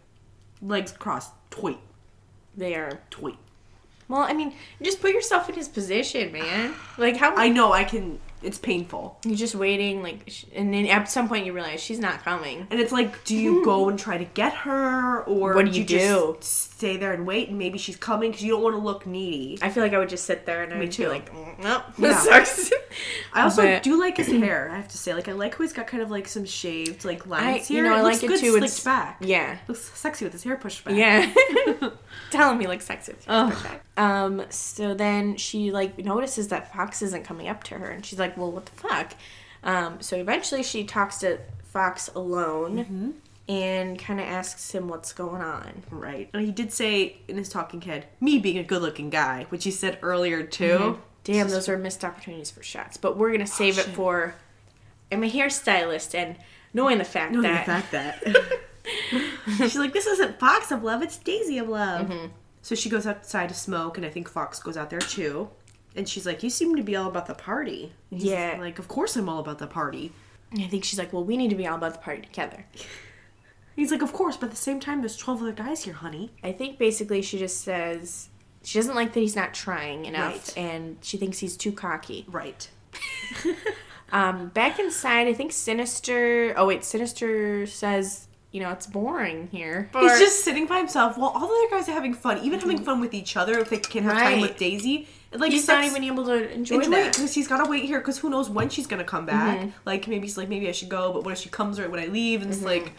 Speaker 2: legs crossed. Toit,
Speaker 1: they are
Speaker 2: toit.
Speaker 1: Well, I mean, just put yourself in his position, man. Like how
Speaker 2: I know I can It's painful.
Speaker 1: You're just waiting, like, sh- and then at some point you realize she's not coming.
Speaker 2: And it's like, do you go and try to get her, or
Speaker 1: Hmm. What do you do?
Speaker 2: Just stay there and wait, and maybe she's coming because you don't want to look needy.
Speaker 1: I feel like I would just sit there and I would
Speaker 2: too.
Speaker 1: be like, mm, nope,
Speaker 2: Yeah.
Speaker 1: this sucks.
Speaker 2: I also
Speaker 1: But-
Speaker 2: do like his hair. I have to say, like, I like how he's got kind of like some shaved like lines
Speaker 1: I- you
Speaker 2: here.
Speaker 1: know, I
Speaker 2: looks
Speaker 1: like it
Speaker 2: good
Speaker 1: too.
Speaker 2: slicked
Speaker 1: It's-
Speaker 2: back.
Speaker 1: yeah.
Speaker 2: looks sexy with his hair pushed back.
Speaker 1: Yeah. Telling me like sex with
Speaker 2: Oh,
Speaker 1: you. Um, so then she like notices that Fox isn't coming up to her and she's like, Well what the fuck? Um, so eventually she talks to Fox alone
Speaker 2: Mm-hmm.
Speaker 1: and kinda asks him what's going on.
Speaker 2: Right. And he did say in his talking head, me being a good looking guy, which he said earlier too.
Speaker 1: Mm-hmm. Damn, those are missed opportunities for shots. But we're gonna save it
Speaker 2: Oh, shit.
Speaker 1: for I'm a hairstylist and knowing the fact
Speaker 2: Knowing
Speaker 1: that
Speaker 2: the fact that. She's like, this isn't Fox of love, it's Daisy of love.
Speaker 1: Mm-hmm.
Speaker 2: So she goes outside to smoke, and I think Fox goes out there too. And she's like, you seem to be all about the party. And he's
Speaker 1: Yeah.
Speaker 2: Like, of course I'm all about the party.
Speaker 1: I think she's like, Well, we need to be all about the party together.
Speaker 2: He's like, of course, but at the same time, there's 12 other guys here, honey.
Speaker 1: I think basically she just says she doesn't like that he's not trying enough
Speaker 2: Right.
Speaker 1: and she thinks he's too cocky.
Speaker 2: Right.
Speaker 1: Um, back inside, I think Sinister. Oh, wait, Sinister says, you know, it's boring here.
Speaker 2: He's just sitting by himself while all the other guys are having fun, even having fun with each other if they can't have time
Speaker 1: Mm-hmm. Right.
Speaker 2: with Daisy. It, Like,
Speaker 1: he's
Speaker 2: sucks-
Speaker 1: not even able to enjoy,
Speaker 2: enjoy it
Speaker 1: that. Mm-hmm.
Speaker 2: because he's gotta wait here because who knows when she's gonna come back. Like maybe he's like maybe I should go, but what if she comes right when I leave? And it's
Speaker 1: Mm-hmm.
Speaker 2: like,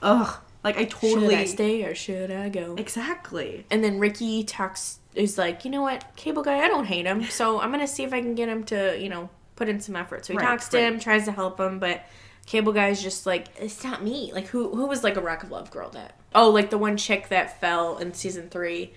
Speaker 2: ugh, like I totally
Speaker 1: Should I stay or should I go?
Speaker 2: exactly.
Speaker 1: And then Ricky talks. Is like, you know what, cable guy, I don't hate him, so I'm gonna see if I can get him to, you know, put in some effort. So he
Speaker 2: Right,
Speaker 1: talks to
Speaker 2: right.
Speaker 1: him, tries to help him, but cable guy's just like, it's not me. Like who who was like a rock of love girl that? Oh, like the one chick that fell in season three.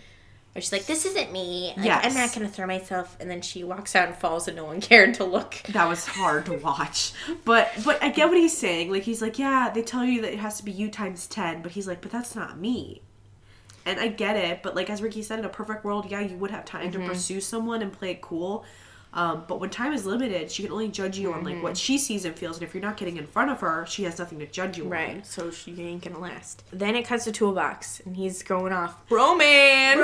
Speaker 1: Or she's like, this isn't me. Like,
Speaker 2: Yes.
Speaker 1: I'm not going to throw myself. And then she walks out and falls, and no one cared to look.
Speaker 2: That was hard to watch, but but I get what he's saying. Like he's like, yeah, they tell you that it has to be you times ten, but he's like, but that's not me. And I get it, but like as Ricky said, in a perfect world, yeah, you would have time
Speaker 1: Mm-hmm.
Speaker 2: to pursue someone and play it cool. Um, but when time is limited, she can only judge you on like what
Speaker 1: Mm-hmm.
Speaker 2: she sees and feels, and if you're not getting in front of her, she has nothing to judge you on.
Speaker 1: Right, so she ain't gonna last. Then it cuts to toolbox, and he's going off romance.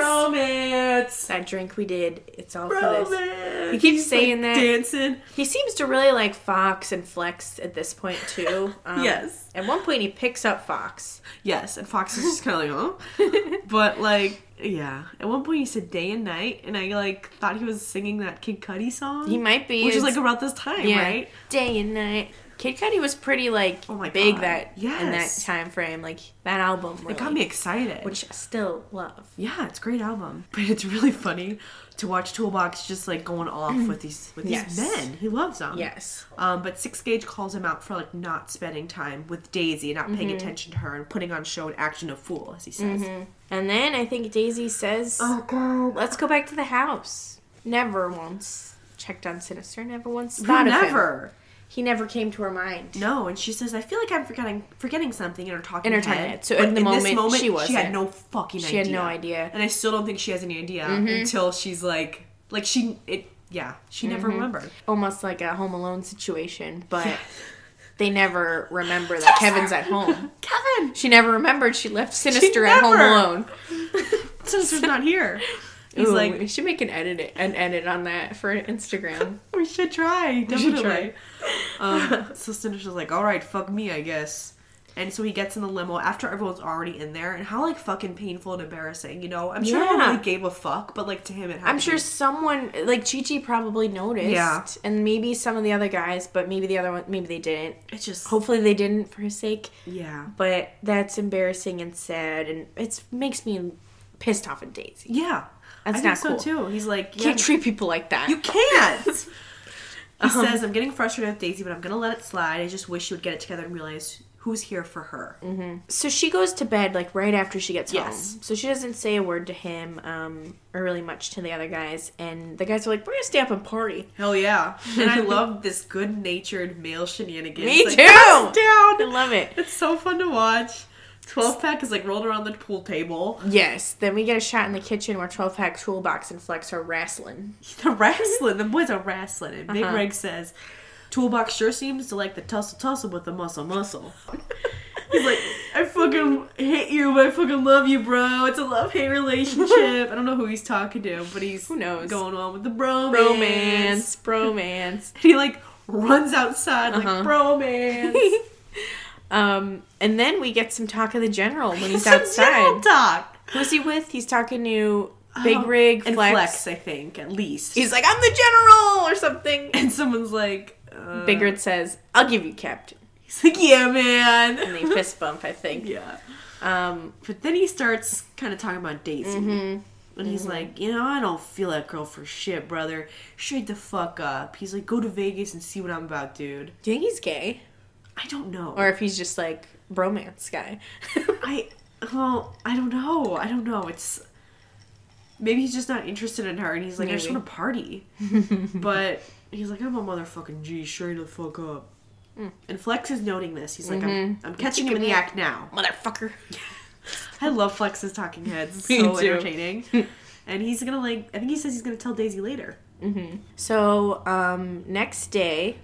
Speaker 2: Romance.
Speaker 1: That drink we did, it's all for this.
Speaker 2: Romance.
Speaker 1: He keeps saying that.
Speaker 2: Dancing.
Speaker 1: He seems to really like Fox and Flex at this point too. Um,
Speaker 2: Yes.
Speaker 1: At one point, he picks up Fox.
Speaker 2: Yes, and Fox is just kind of like, huh? but like, yeah. At one point, he said day and night, and I like thought he was singing that Kid Cudi song.
Speaker 1: He might be,
Speaker 2: which is
Speaker 1: it's-
Speaker 2: like around this time, right?
Speaker 1: Day and night. Kid Cudi was pretty like
Speaker 2: Oh my
Speaker 1: big
Speaker 2: God.
Speaker 1: that in that
Speaker 2: Yes.
Speaker 1: time frame, like that album. Really,
Speaker 2: It got me excited.
Speaker 1: which I still love.
Speaker 2: yeah, it's a great album, but it's really funny to watch Toolbox just like going off with these with
Speaker 1: Mm. Yes.
Speaker 2: these men. He loves them.
Speaker 1: Yes.
Speaker 2: Um, but Six Gauge calls him out for like not spending time with Daisy, not paying
Speaker 1: Mm-hmm.
Speaker 2: attention to her, and putting on show and action of fool, as he says.
Speaker 1: And then I think Daisy says,
Speaker 2: Oh god,
Speaker 1: Let's go back to the house. Never once checked on Sinister. Never once
Speaker 2: Who
Speaker 1: thought of him.
Speaker 2: never.
Speaker 1: He never came to her mind.
Speaker 2: No, and she says, "I feel like I'm forgetting forgetting something in her talking
Speaker 1: In her talking
Speaker 2: head."
Speaker 1: head. So
Speaker 2: But
Speaker 1: in the moment, she
Speaker 2: she had
Speaker 1: wasn't.
Speaker 2: no fucking.
Speaker 1: She
Speaker 2: idea.
Speaker 1: had no idea. Mm-hmm.
Speaker 2: and I still don't think she has any idea until she's like, like she it. Yeah, she never
Speaker 1: Mm-hmm.
Speaker 2: remembered.
Speaker 1: Almost like a Home Alone situation, but they never remember that Kevin's at home.
Speaker 2: Kevin,
Speaker 1: She never remembered she left Sinister at Home
Speaker 2: never-
Speaker 1: Alone.
Speaker 2: Sinister's not here. He's
Speaker 1: He's like, we
Speaker 2: like,
Speaker 1: should make an edit an edit on that for Instagram.
Speaker 2: we should try. Definitely.
Speaker 1: should
Speaker 2: um, so Sinister's like, all right, fuck me, I guess. And so he gets in the limo after everyone's already in there, and how like fucking painful and embarrassing, you know? I'm sure no
Speaker 1: Yeah.
Speaker 2: one really gave a fuck, but like to him, it. Had
Speaker 1: I'm
Speaker 2: to
Speaker 1: sure
Speaker 2: be-
Speaker 1: someone like Chichi probably noticed,
Speaker 2: Yeah.
Speaker 1: and maybe some of the other guys, but maybe the other one, maybe they didn't.
Speaker 2: it's just
Speaker 1: Hopefully, they didn't for his sake.
Speaker 2: yeah.
Speaker 1: but that's embarrassing and sad and it makes me pissed off at daisy
Speaker 2: Yeah.
Speaker 1: That's
Speaker 2: I
Speaker 1: not
Speaker 2: think
Speaker 1: cool.
Speaker 2: so too. He's like,
Speaker 1: you
Speaker 2: yeah,
Speaker 1: can't treat people like that
Speaker 2: you can't. he
Speaker 1: Uh-huh.
Speaker 2: says, I'm getting frustrated with Daisy, but I'm going to let it slide. I just wish she would get it together and realize who's here for her.
Speaker 1: Mm. so she goes to bed like right after she gets
Speaker 2: Yes.
Speaker 1: home so she doesn't say a word to him um, or really much to the other guys and the guys are like we're gonna stay up and party
Speaker 2: Hell yeah. And I love this good natured male shenanigans.
Speaker 1: Me
Speaker 2: Like,
Speaker 1: too!
Speaker 2: "Pass down.
Speaker 1: i love it
Speaker 2: It's so fun to watch. 12 pack is like rolled around the pool table.
Speaker 1: yes then we get a shot in the kitchen where 12 pack toolbox and flex are wrestling
Speaker 2: The wrestling, the boys are wrestling. And
Speaker 1: Uh-huh.
Speaker 2: Big Reg says, Toolbox sure seems to like the tussle tussle with the muscle muscle. He's like, I fucking hate you, but I fucking love you, bro. It's a love hate relationship. I don't know who he's talking to, but he's
Speaker 1: Who knows?
Speaker 2: going on with the bromance.
Speaker 1: romance romance
Speaker 2: And he like runs outside
Speaker 1: Uh-huh.
Speaker 2: like bromance.
Speaker 1: Um, and then we get some talk of the general when he's
Speaker 2: Some general
Speaker 1: outside.
Speaker 2: talk.
Speaker 1: Who's he with? He's talking to Big
Speaker 2: Oh,
Speaker 1: Rig,
Speaker 2: and
Speaker 1: Flex.
Speaker 2: Flex, I think, at least.
Speaker 1: He's like, I'm the general or something.
Speaker 2: and someone's like, uh,
Speaker 1: Biggert says, I'll give you captain.
Speaker 2: He's like, yeah, man.
Speaker 1: And they fist bump, I think.
Speaker 2: yeah.
Speaker 1: Um,
Speaker 2: But then he starts kind of talking about Daisy.
Speaker 1: Mm-hmm.
Speaker 2: And he's like, you know, I don't feel that girl for shit, brother. Straight the fuck up. He's like, go to Vegas and see what I'm about, dude.
Speaker 1: do you think he's gay?
Speaker 2: I don't know.
Speaker 1: Or if he's just like bromance guy.
Speaker 2: I, well, I don't know. I don't know. It's maybe he's just not interested in her, and he's like, I just
Speaker 1: Maybe.
Speaker 2: want to party. but he's like, I'm a motherfucking G. Straight the fuck up.
Speaker 1: Mm.
Speaker 2: And Flex is noting this. He's like, I'm,
Speaker 1: Mm-hmm.
Speaker 2: I'm catching him in the act now.
Speaker 1: Motherfucker.
Speaker 2: I love Flex's talking heads.
Speaker 1: Me
Speaker 2: So
Speaker 1: too.
Speaker 2: entertaining. and he's gonna like. I think he says he's gonna tell Daisy later.
Speaker 1: So, um, next day,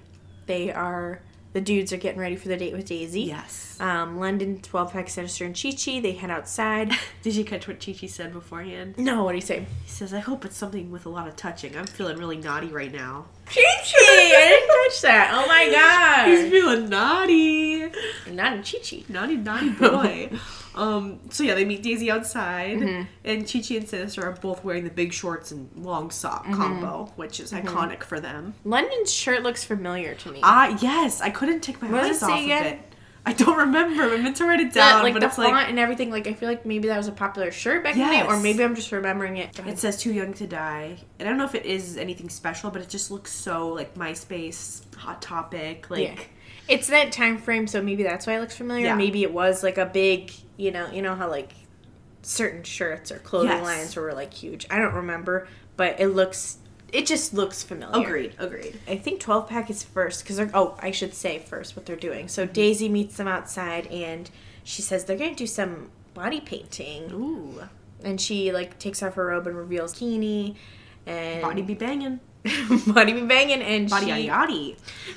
Speaker 1: they are, the dudes are getting ready for the date with Daisy.
Speaker 2: Yes.
Speaker 1: Um, London, 12 Pack Sinister, and Chi Chi, they head outside.
Speaker 2: Did you catch what Chi Chi said beforehand?
Speaker 1: no, what do you say?
Speaker 2: He says, "I hope it's something with a lot of touching. I'm feeling really naughty right now."
Speaker 1: Chi Chi! I didn't touch that. Oh
Speaker 2: He's
Speaker 1: my
Speaker 2: feeling naughty.
Speaker 1: god. Not in Chi Chi.
Speaker 2: naughty naughty boy. um, so yeah, they meet Daisy outside,
Speaker 1: Mm-hmm.
Speaker 2: and Chi Chi and Sinister are both wearing the big shorts and long sock
Speaker 1: Mm-hmm.
Speaker 2: combo, which is iconic for them.
Speaker 1: London's shirt looks familiar to me.
Speaker 2: Ah, yes, I couldn't take my
Speaker 1: What does
Speaker 2: eyes
Speaker 1: it
Speaker 2: off
Speaker 1: say
Speaker 2: of
Speaker 1: again?
Speaker 2: it. I don't remember. I meant to write it
Speaker 1: that,
Speaker 2: down,
Speaker 1: like
Speaker 2: but
Speaker 1: the
Speaker 2: it's
Speaker 1: font
Speaker 2: like
Speaker 1: and everything. Like I feel like maybe that was a popular shirt back in the day, or
Speaker 2: Yes.
Speaker 1: maybe I'm just remembering it.
Speaker 2: it says "Too Young to Die," and I don't know if it is anything special, but it just looks so like MySpace, Hot Topic, like.
Speaker 1: Yeah. It's that time frame, so maybe that's why it looks familiar.
Speaker 2: Yeah.
Speaker 1: Maybe it was like a big, you know, you know how like certain shirts or clothing
Speaker 2: Yes.
Speaker 1: lines were like huge. I don't remember, but it looks, it just looks familiar.
Speaker 2: Agreed, agreed.
Speaker 1: I think 12 pack is first because they're, oh, I should say first what they're doing. So
Speaker 2: Mm-hmm.
Speaker 1: Daisy meets them outside and she says they're going to do some body painting.
Speaker 2: Ooh,
Speaker 1: And she like takes off her robe and reveals bikini and
Speaker 2: body be banging,
Speaker 1: body be banging and
Speaker 2: body
Speaker 1: she,
Speaker 2: yaddy.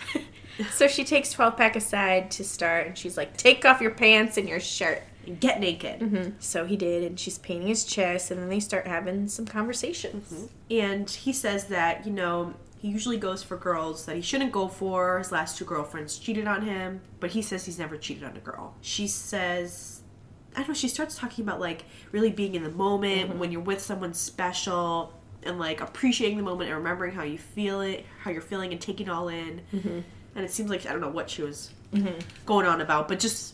Speaker 1: so she takes 12 pack aside to start and she's like take off your pants and your shirt
Speaker 2: get naked.
Speaker 1: so he did and she's painting his chest and then they start having some conversations
Speaker 2: Mm-hmm. And he says that, you know, he usually goes for girls that he shouldn't go for. His last two girlfriends cheated on him, but he says he's never cheated on a girl. She says, I don't know, she starts talking about like really being in the moment when you're with someone special and like appreciating the moment and remembering how you feel it, how you're feeling and taking it all in. And it seems like, I don't know what she was going on about, but just.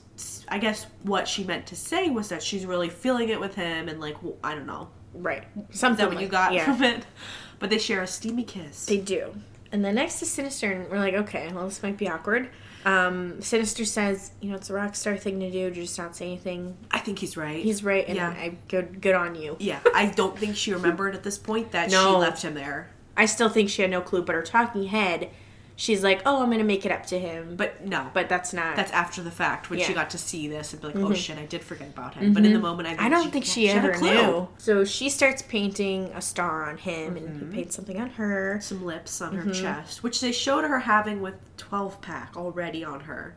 Speaker 2: I guess what she meant to say was that she's really feeling it with him, and like w I don't know,
Speaker 1: right
Speaker 2: is
Speaker 1: something
Speaker 2: that what
Speaker 1: like-
Speaker 2: you got
Speaker 1: yeah
Speaker 2: from it? But they share a steamy kiss.
Speaker 1: they do and the next is sinister and we're like okay well this might be awkward um sinister says you know it's a rock star thing to do to just not say anything
Speaker 2: I think he's right.
Speaker 1: he's right and
Speaker 2: Yeah.
Speaker 1: i good good on you
Speaker 2: yeah, I don't think she remembered at this point that
Speaker 1: No.
Speaker 2: she left him there.
Speaker 1: i still think she had no clue but her talking head she's like oh i'm gonna make it up to him but
Speaker 2: But no,
Speaker 1: but that's not
Speaker 2: that's after the fact when she
Speaker 1: Yeah. Mm-hmm.
Speaker 2: got to see this and be like, oh shit, I did forget about him. But in the moment, I,
Speaker 1: I don't think she,
Speaker 2: had a
Speaker 1: ever
Speaker 2: clue.
Speaker 1: knew. So she starts painting a star on him, and
Speaker 2: Mm-hmm.
Speaker 1: he paints something on her.
Speaker 2: Some lips on her
Speaker 1: Mm-hmm.
Speaker 2: chest, which they showed her having with twelve pack already on her.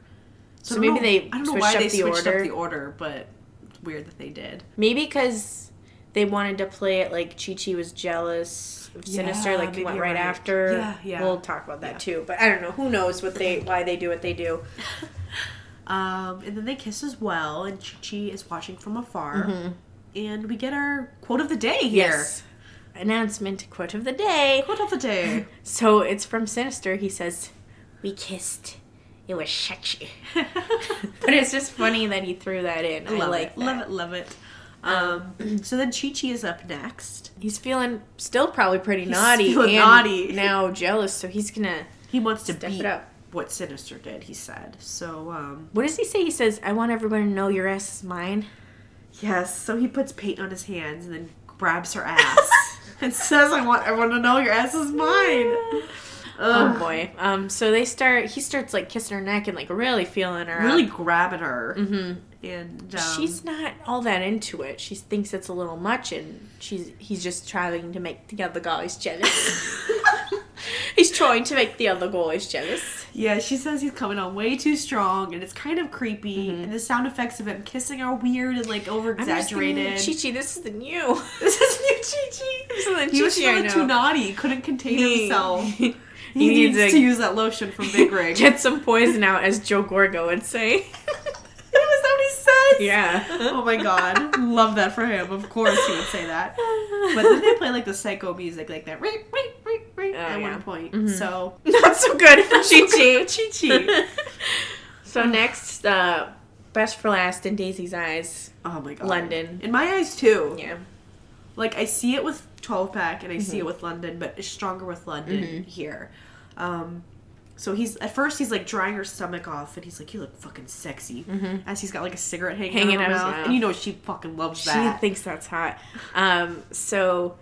Speaker 1: So
Speaker 2: I don't
Speaker 1: maybe
Speaker 2: know-
Speaker 1: they
Speaker 2: I don't know
Speaker 1: switched
Speaker 2: why
Speaker 1: up
Speaker 2: they
Speaker 1: the
Speaker 2: switched
Speaker 1: order.
Speaker 2: up the order, but it's weird that they did.
Speaker 1: Maybe because they wanted to play it like Chi Chi was jealous of Sinister,
Speaker 2: Yeah,
Speaker 1: like he
Speaker 2: maybe
Speaker 1: went
Speaker 2: you're
Speaker 1: right,
Speaker 2: right.
Speaker 1: after.
Speaker 2: Yeah, yeah.
Speaker 1: We'll talk about that
Speaker 2: Yeah.
Speaker 1: too. But I don't know. Who knows what they why they do what they do.
Speaker 2: Um, and then they kiss as well, and Chi Chi is watching from
Speaker 1: Mm-hmm.
Speaker 2: afar. And we get our quote of the day here.
Speaker 1: Announcement quote of the day.
Speaker 2: Quote of the day.
Speaker 1: So it's from Sinister. He says, "We kissed. It was sexy." but it's just funny that he threw that in. I,
Speaker 2: love
Speaker 1: like
Speaker 2: it.
Speaker 1: that.
Speaker 2: Love it, love it. Um, so then Chi Chi is up next.
Speaker 1: He's feeling still probably pretty naughty
Speaker 2: feeling
Speaker 1: and
Speaker 2: naughty.
Speaker 1: now jealous, so he's gonna.
Speaker 2: He wants to
Speaker 1: Step it
Speaker 2: beat
Speaker 1: up.
Speaker 2: what Sinister did, he said. So, um,
Speaker 1: What does he say? He says, "I want everyone to know your ass is mine."
Speaker 2: yes, so he puts paint on his hands and then grabs her ass and says, I want everyone to know your ass is mine.
Speaker 1: Oh
Speaker 2: Ugh.
Speaker 1: boy. Um. So they start. He starts like kissing her neck and like really feeling her.
Speaker 2: Really
Speaker 1: Up.
Speaker 2: grabbing her. Mm-hmm. And um,
Speaker 1: Mm. She's not all that into it. She thinks it's a little much, and she's he's just trying to make the other guys jealous.
Speaker 2: um,
Speaker 1: he's trying to make the other guys jealous.
Speaker 2: Yeah, she says he's coming on way too strong, and it's kind of creepy. And the sound effects of him kissing are weird and like over
Speaker 1: Mm-hmm. I'm just
Speaker 2: exaggerated.
Speaker 1: thinking, Chi Chi, this isn't you.
Speaker 2: This is new Chi Chi.
Speaker 1: This isn't
Speaker 2: He was
Speaker 1: Chi Chi I
Speaker 2: feeling
Speaker 1: know.
Speaker 2: too naughty, couldn't contain himself. He, needs,
Speaker 1: needs
Speaker 2: to
Speaker 1: a-
Speaker 2: use that lotion from Big Rig.
Speaker 1: Get some poison out, as Joe Gorgo would say.
Speaker 2: was that what he said?
Speaker 1: yeah.
Speaker 2: Oh my god. Love that for him. Of course he would say that. But then they play like the psycho music like that reep, reep, reep, reep,
Speaker 1: Oh,
Speaker 2: at
Speaker 1: yeah.
Speaker 2: one point. So
Speaker 1: Not so good for Chi Chi.
Speaker 2: Chi Chi.
Speaker 1: so next, uh, best for last in Daisy's eyes,
Speaker 2: Oh my god.
Speaker 1: London.
Speaker 2: In my eyes too.
Speaker 1: Yeah.
Speaker 2: Like I see it with twelve pack and I
Speaker 1: Mm-hmm.
Speaker 2: see it with London, but it's stronger with London here. Um so he's at first he's like drying her stomach off and he's like, You look fucking sexy as he's got like a cigarette hanging,
Speaker 1: Mm-hmm. Hanging out
Speaker 2: out of
Speaker 1: his
Speaker 2: his mouth.
Speaker 1: mouth.
Speaker 2: And you know she fucking loves
Speaker 1: She
Speaker 2: that.
Speaker 1: thinks that's hot. Um, so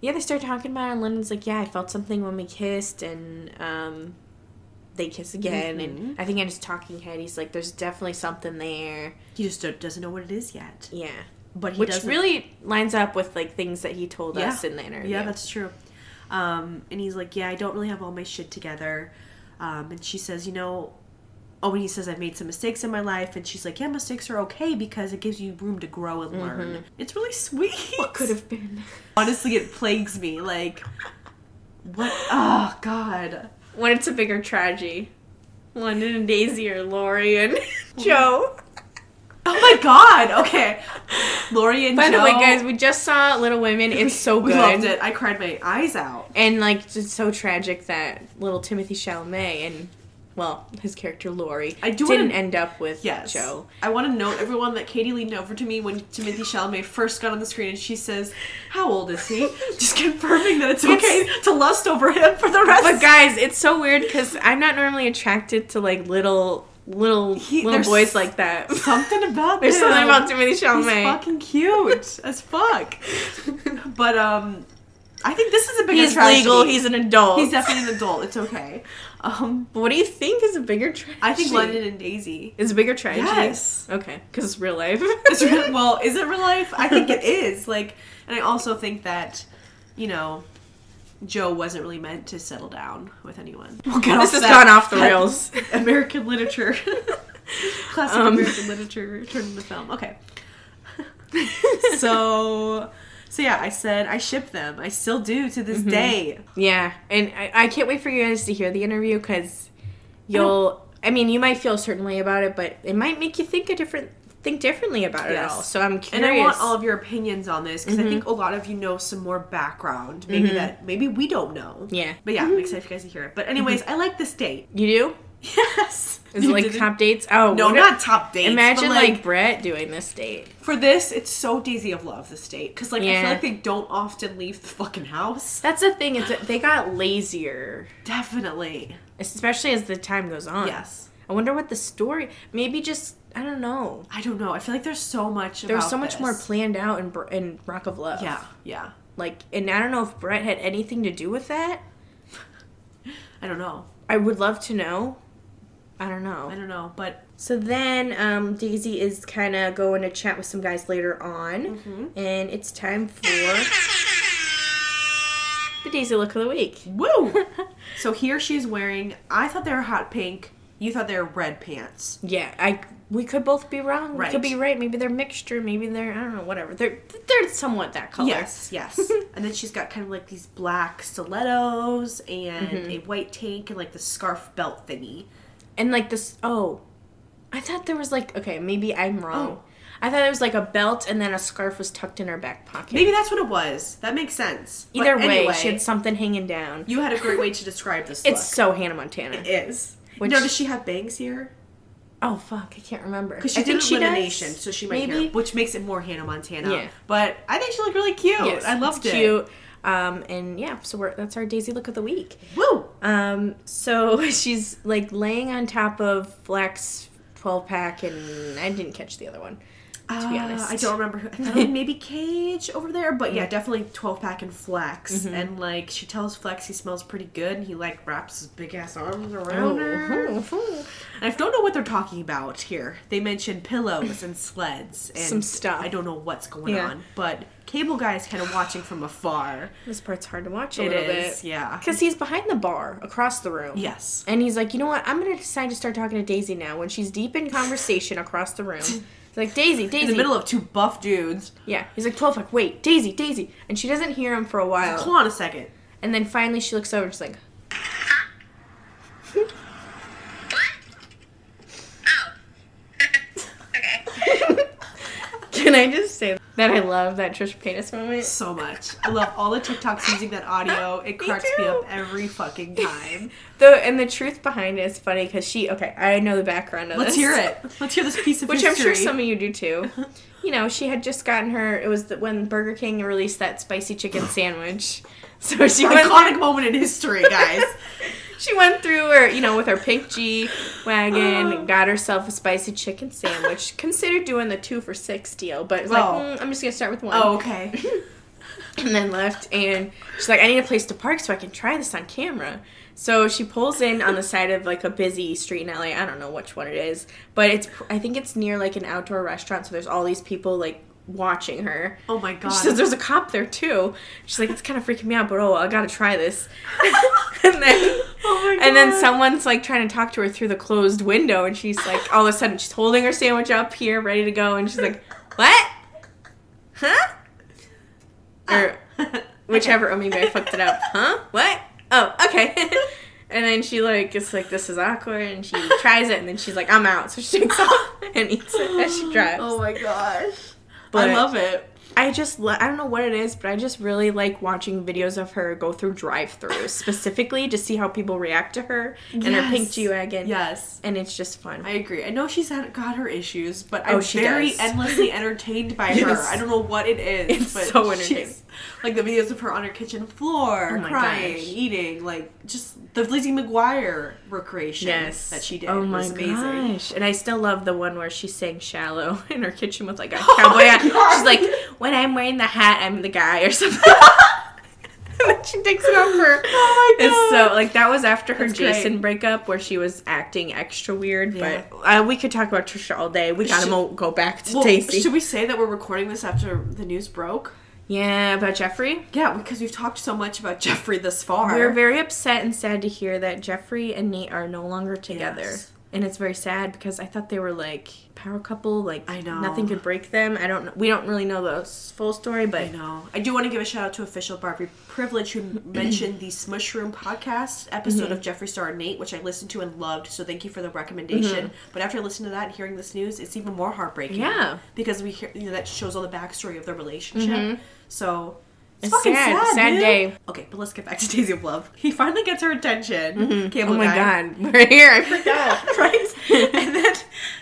Speaker 1: yeah, they start talking about it, and London's like, "Yeah, I felt something when we kissed," and um, they kiss again.
Speaker 2: Mm-hmm.
Speaker 1: And I think in his talking head, he's like, "There's definitely something there."
Speaker 2: he just don't- doesn't know what it is yet.
Speaker 1: Yeah,
Speaker 2: But he
Speaker 1: which
Speaker 2: doesn't
Speaker 1: really lines up with like things that he told us in the interview.
Speaker 2: Yeah, that's true. Um, and he's like, yeah, I don't really have all my shit together. Um, and she says, you know, oh, and he says, I've made some mistakes in my life. And she's like, yeah, mistakes are okay because it gives you room to grow and learn. It's really sweet.
Speaker 1: Mm-hmm. what could have been.
Speaker 2: Honestly, it plagues me. Like, what? Oh, God.
Speaker 1: when it's a bigger tragedy, London and Daisy or Lori and Joe.
Speaker 2: Oh, my God. Okay. Lori and
Speaker 1: By the
Speaker 2: Joe,
Speaker 1: way, guys, we just saw Little Women. It's so good.
Speaker 2: We loved it. I cried my eyes out.
Speaker 1: And like, it's so tragic that little Timothy Chalamet and well, his character Laurie
Speaker 2: I do
Speaker 1: didn't
Speaker 2: wanna-
Speaker 1: end up with
Speaker 2: Yes.
Speaker 1: Joe.
Speaker 2: I want to note everyone that Katie leaned over to me when Timothy Chalamet first got on the screen, and she says, "How old is he?" Just confirming that it's
Speaker 1: It's-
Speaker 2: okay to lust over him for the rest.
Speaker 1: But guys, it's so weird because I'm not normally attracted to like little little
Speaker 2: He-
Speaker 1: little
Speaker 2: there's
Speaker 1: boys like that.
Speaker 2: something about
Speaker 1: There's
Speaker 2: him.
Speaker 1: something about Timothy
Speaker 2: He's
Speaker 1: Chalamet.
Speaker 2: fucking cute as fuck. But um, I think this is a bigger
Speaker 1: He's
Speaker 2: tragedy.
Speaker 1: legal. He's an adult.
Speaker 2: He's definitely an adult. It's okay. Um,
Speaker 1: What do you think is a bigger tragedy?
Speaker 2: I think London and Daisy.
Speaker 1: is a bigger tragedy.
Speaker 2: Yes.
Speaker 1: Okay, because it's real life.
Speaker 2: It's real, well, is it real life? I think it is. Like, and I also think that, you know, Joe wasn't really meant to settle down with anyone. We'll get
Speaker 1: This has
Speaker 2: that-
Speaker 1: gone off the
Speaker 2: that
Speaker 1: rails.
Speaker 2: American literature, classic
Speaker 1: Um.
Speaker 2: American literature turned into film. Okay, so, so yeah, I said I ship them. I still do to this day.
Speaker 1: Yeah, and I, I can't wait for you guys to hear the interview because you'll. I, mean, you might feel a certain way about it, but it might make you think a different think differently about it
Speaker 2: Yes.
Speaker 1: all. So I'm
Speaker 2: And
Speaker 1: curious.
Speaker 2: I want all of your opinions on this because I think a lot of you know some more background, maybe that maybe we don't know.
Speaker 1: yeah,
Speaker 2: But yeah, I'm excited for you guys to hear it. But anyways, I like this date.
Speaker 1: you do.
Speaker 2: Mm-hmm. Yes.
Speaker 1: Is it like top dates? Oh
Speaker 2: No,
Speaker 1: what
Speaker 2: not top dates.
Speaker 1: If, imagine
Speaker 2: but,
Speaker 1: like, Brett doing this date.
Speaker 2: for this, it's so Daisy of Love this date because like I
Speaker 1: Yeah.
Speaker 2: feel like they don't often leave the fucking house.
Speaker 1: That's the thing. It's that they got lazier,
Speaker 2: Definitely.
Speaker 1: especially as the time goes on.
Speaker 2: Yes.
Speaker 1: I wonder what the story. Maybe just I don't know.
Speaker 2: I don't know. I feel like there's so much.
Speaker 1: There was
Speaker 2: about
Speaker 1: so much
Speaker 2: this.
Speaker 1: more planned out in Br- in Rock of Love.
Speaker 2: Yeah, yeah.
Speaker 1: Like, and I don't know if Brett had anything to do with that.
Speaker 2: I don't know.
Speaker 1: I would love to know. I don't know.
Speaker 2: I don't know. But
Speaker 1: So then um, Daisy is kind of going to chat with some guys later on,
Speaker 2: Mm-hmm.
Speaker 1: and it's time for the Daisy look of the week.
Speaker 2: woo. so here she's wearing. I thought they were hot pink. You thought they were red pants.
Speaker 1: yeah, I we could both be wrong. We
Speaker 2: Right.
Speaker 1: could be right. Maybe they're mixture. Maybe they're I don't know. Whatever. They're they're somewhat that color.
Speaker 2: Yes, yes. and then she's got kind of like these black stilettos and
Speaker 1: Mm-hmm.
Speaker 2: a white tank and like the scarf belt thingy.
Speaker 1: And like this. Oh, I thought there was like okay. Maybe I'm wrong.
Speaker 2: Oh.
Speaker 1: I thought it was like a belt and then a scarf was tucked in her back pocket.
Speaker 2: Maybe that's what it was. That makes sense. But
Speaker 1: Either way,
Speaker 2: anyway,
Speaker 1: she had something hanging down.
Speaker 2: you had a great way to describe this.
Speaker 1: It's so Hannah Montana.
Speaker 2: look. it is.
Speaker 1: Which-
Speaker 2: no, does she have bangs here?
Speaker 1: Oh fuck, I can't remember.
Speaker 2: Because she
Speaker 1: I
Speaker 2: did
Speaker 1: think
Speaker 2: elimination,
Speaker 1: does.
Speaker 2: so she might
Speaker 1: Maybe.
Speaker 2: hair, which makes it more Hannah Montana.
Speaker 1: Yeah.
Speaker 2: But I think she looked really cute.
Speaker 1: Yes,
Speaker 2: I loved
Speaker 1: it's
Speaker 2: it.
Speaker 1: Cute. Um, and yeah, so we're, that's our Daisy look of the week.
Speaker 2: Woo!
Speaker 1: Um, so she's like laying on top of Flex twelve pack, and I didn't catch the other one.
Speaker 2: To
Speaker 1: be honest.
Speaker 2: Uh, I don't remember. Who, I thought it was maybe Cage over there, but yeah, definitely twelve pack and Flex.
Speaker 1: Mm-hmm.
Speaker 2: And like she tells Flex he smells pretty good, and he like wraps his big ass arms
Speaker 1: Oh,
Speaker 2: around her.
Speaker 1: uh-huh.
Speaker 2: And I don't know what they're talking about here. They mention pillows and sleds and
Speaker 1: Some stuff.
Speaker 2: I don't know what's going
Speaker 1: Yeah.
Speaker 2: on, but Cable Guy is kind of watching from afar.
Speaker 1: This part's hard to watch a
Speaker 2: It
Speaker 1: little
Speaker 2: is,
Speaker 1: bit.
Speaker 2: yeah.
Speaker 1: because he's behind the bar across the room.
Speaker 2: Yes.
Speaker 1: and he's like, you know what? I'm gonna decide to start talking to Daisy now when she's deep in conversation across the room. He's like, Daisy, Daisy.
Speaker 2: In the middle of two buff dudes.
Speaker 1: Yeah, he's like twelve pack. Wait, Daisy, Daisy, and she doesn't hear him for a while.
Speaker 2: Hold on a second.
Speaker 1: And then finally she looks over and she's like, Can I just say that I love that Trisha Paytas moment?
Speaker 2: so much. I love all the TikToks using that audio. It
Speaker 1: Me
Speaker 2: cracks me
Speaker 1: too.
Speaker 2: up every fucking time.
Speaker 1: Though, and the truth behind it is funny because she. Okay, I know the background of
Speaker 2: Let's
Speaker 1: this.
Speaker 2: hear it. Let's hear this piece of
Speaker 1: Which I'm
Speaker 2: history.
Speaker 1: sure some of you do too. You know, she had just gotten her. It was the, when Burger King released that spicy chicken sandwich. So she went
Speaker 2: iconic moment in history, guys.
Speaker 1: She went through her, you know, with her pink G
Speaker 2: Oh.
Speaker 1: wagon, got herself a spicy chicken sandwich. Considered doing the two for six deal, but it's
Speaker 2: Well.
Speaker 1: like, mm, I'm just gonna start with one.
Speaker 2: oh, okay.
Speaker 1: And then left, and she's like, I need a place to park so I can try this on camera. So she pulls in on the side of like a busy street in LA. I don't know which one it is, but it's I think it's near like an outdoor restaurant. So there's all these people like watching her.
Speaker 2: Oh my god.
Speaker 1: She says there's a cop there too. She's like, it's kind of freaking me out, but oh, I gotta try this. and then,
Speaker 2: Oh my
Speaker 1: and then
Speaker 2: God.
Speaker 1: someone's like trying to talk to her through the closed window, and she's like, all of a sudden, she's holding her sandwich up here, ready to go, and she's like, what? Huh?
Speaker 2: Uh,
Speaker 1: Or
Speaker 2: Ah.
Speaker 1: whichever. Oh, maybe I fucked it up. Huh? What? Oh, okay. and then she like it's like this is awkward, and she tries it, and then she's like, I'm out. So she takes off and eats it as she drives.
Speaker 2: Oh my gosh.
Speaker 1: But-
Speaker 2: I love it.
Speaker 1: I just li- I don't know what it is, but I just really like watching videos of her go through drive-throughs specifically to see how people react to her and her pink
Speaker 2: Yes.
Speaker 1: G wagon.
Speaker 2: Yes.
Speaker 1: and it's just fun.
Speaker 2: I agree. I know she's had, got her issues, but
Speaker 1: Oh,
Speaker 2: I'm
Speaker 1: she
Speaker 2: very
Speaker 1: does.
Speaker 2: endlessly entertained by
Speaker 1: Yes.
Speaker 2: her. I don't know what it is.
Speaker 1: It's
Speaker 2: but
Speaker 1: so
Speaker 2: she's-
Speaker 1: entertaining.
Speaker 2: Like the videos of her on her kitchen floor,
Speaker 1: Oh my
Speaker 2: crying,
Speaker 1: gosh.
Speaker 2: eating, like just the Lizzie McGuire recreation
Speaker 1: yes,
Speaker 2: that she did
Speaker 1: Oh my
Speaker 2: was amazing.
Speaker 1: gosh! And I still love the one where she sang "Shallow" in her kitchen with like a
Speaker 2: Oh
Speaker 1: cowboy
Speaker 2: my
Speaker 1: hat.
Speaker 2: God.
Speaker 1: She's like, "When I'm wearing the hat, I'm the guy" or something. When she takes it off her.
Speaker 2: Oh my
Speaker 1: It's
Speaker 2: God.
Speaker 1: so like that was after her
Speaker 2: That's great.
Speaker 1: Jason breakup where she was acting extra weird.
Speaker 2: Yeah.
Speaker 1: But uh, we could talk about Trisha all day. We gotta
Speaker 2: Should-
Speaker 1: mo- go back to
Speaker 2: Well,
Speaker 1: Daisy.
Speaker 2: should we say that we're recording this after the news broke?
Speaker 1: Yeah, about Jeffrey.
Speaker 2: Yeah, because we've talked so much about Jeffrey this far.
Speaker 1: We're very upset and sad to hear that Jeffrey and Nate are no longer together.
Speaker 2: Yes.
Speaker 1: And it's very sad because I thought they were like power couple, like
Speaker 2: I know.
Speaker 1: nothing could break them. I don't know. We don't really know the s- full story,
Speaker 2: I
Speaker 1: but
Speaker 2: know. I do want to give a shout out to official Barbie Privilege who mentioned the Smushroom podcast episode of Jeffree Star and Nate, which I listened to and loved. So thank you for the recommendation. But after listening to that and hearing this news, it's even more heartbreaking.
Speaker 1: Yeah.
Speaker 2: because we hear you know, that shows all the backstory of their relationship. So. Mm-hmm. It's,
Speaker 1: It's
Speaker 2: fucking
Speaker 1: sad.
Speaker 2: sad,
Speaker 1: Sad
Speaker 2: dude.
Speaker 1: day.
Speaker 2: Okay, but let's get back to Daisy of Love. He finally gets her attention. Cable
Speaker 1: oh my
Speaker 2: guy.
Speaker 1: god, we're here. I forgot.
Speaker 2: right? And then